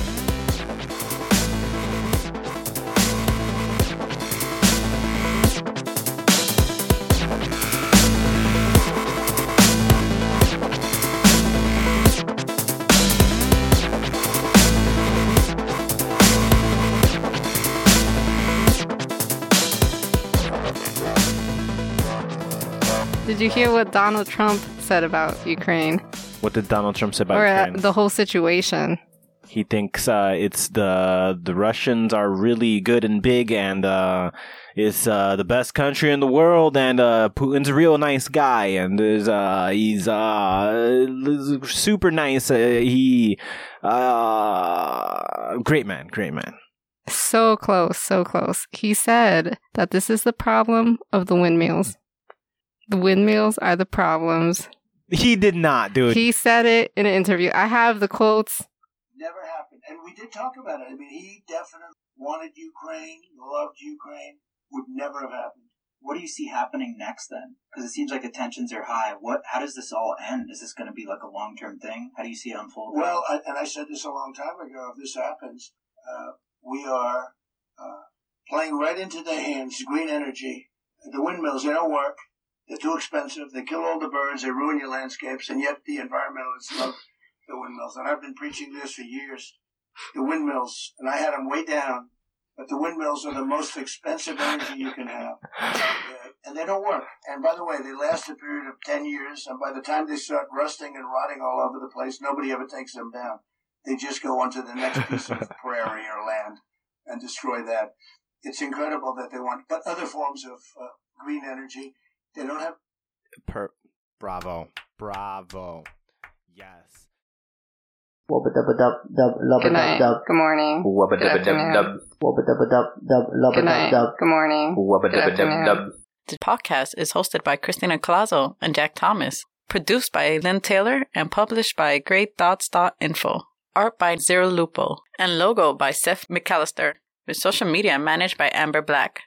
Speaker 3: Did you hear what Donald Trump said about Ukraine
Speaker 2: What did Donald Trump say about
Speaker 3: or uh,
Speaker 2: Ukraine?
Speaker 3: the whole situation?
Speaker 2: he thinks uh, it's the the Russians are really good and big, and uh, it's uh, the best country in the world, and uh, Putin's a real nice guy, and is uh, he's uh, super nice. Uh, he uh, great man, great man.
Speaker 3: So close, so close. He said that this is the problem of the windmills. The windmills are the problems.
Speaker 2: He did not, dude.
Speaker 3: He said it in an interview. I have the quotes.
Speaker 4: never happened. And we we did talk about it. I mean, he definitely wanted Ukraine, loved Ukraine, would never have happened.
Speaker 5: What do you see happening next then? Because it seems like the tensions are high. What? How does this all end? Is this going to be like a long term thing? How do you see it unfolding?
Speaker 4: Well, I, and I said this a long time ago. If this happens, uh, we are uh, playing right into their hands. Green energy, the windmills, they don't work. They're too expensive. They kill all the birds. They ruin your landscapes. And yet the environmentalists love the windmills. And I've been preaching this for years. The windmills, and I had them way down, but the windmills are the most expensive energy you can have. Uh, and they don't work. And by the way, they last a period of 10 years. And by the time they start rusting and rotting all over the place, nobody ever takes them down. They just go onto the next piece of prairie or land and destroy that. It's incredible that they want, but other forms of uh, green energy, they don't have.
Speaker 2: Per- bravo, bravo. Yes.
Speaker 6: Wubba dubba dub dub lubba
Speaker 3: Good
Speaker 6: dub
Speaker 3: night.
Speaker 6: dub
Speaker 3: Good morning.
Speaker 7: Wubba
Speaker 3: Good
Speaker 7: dubba dub dub.
Speaker 3: afternoon.
Speaker 6: wubba dubba dub dub lubba
Speaker 3: Good
Speaker 6: dub
Speaker 3: night.
Speaker 6: dub.
Speaker 3: Good morning.
Speaker 7: Wubba
Speaker 3: Good
Speaker 7: dubba dub dub.
Speaker 3: afternoon.
Speaker 1: The podcast is hosted by Christina Colazo and Jack Thomas, produced by Lynn Taylor, and published by GreatThoughts.info. Art by Zero Lupo, and logo by Seth McAllister, with social media managed by Amber Black.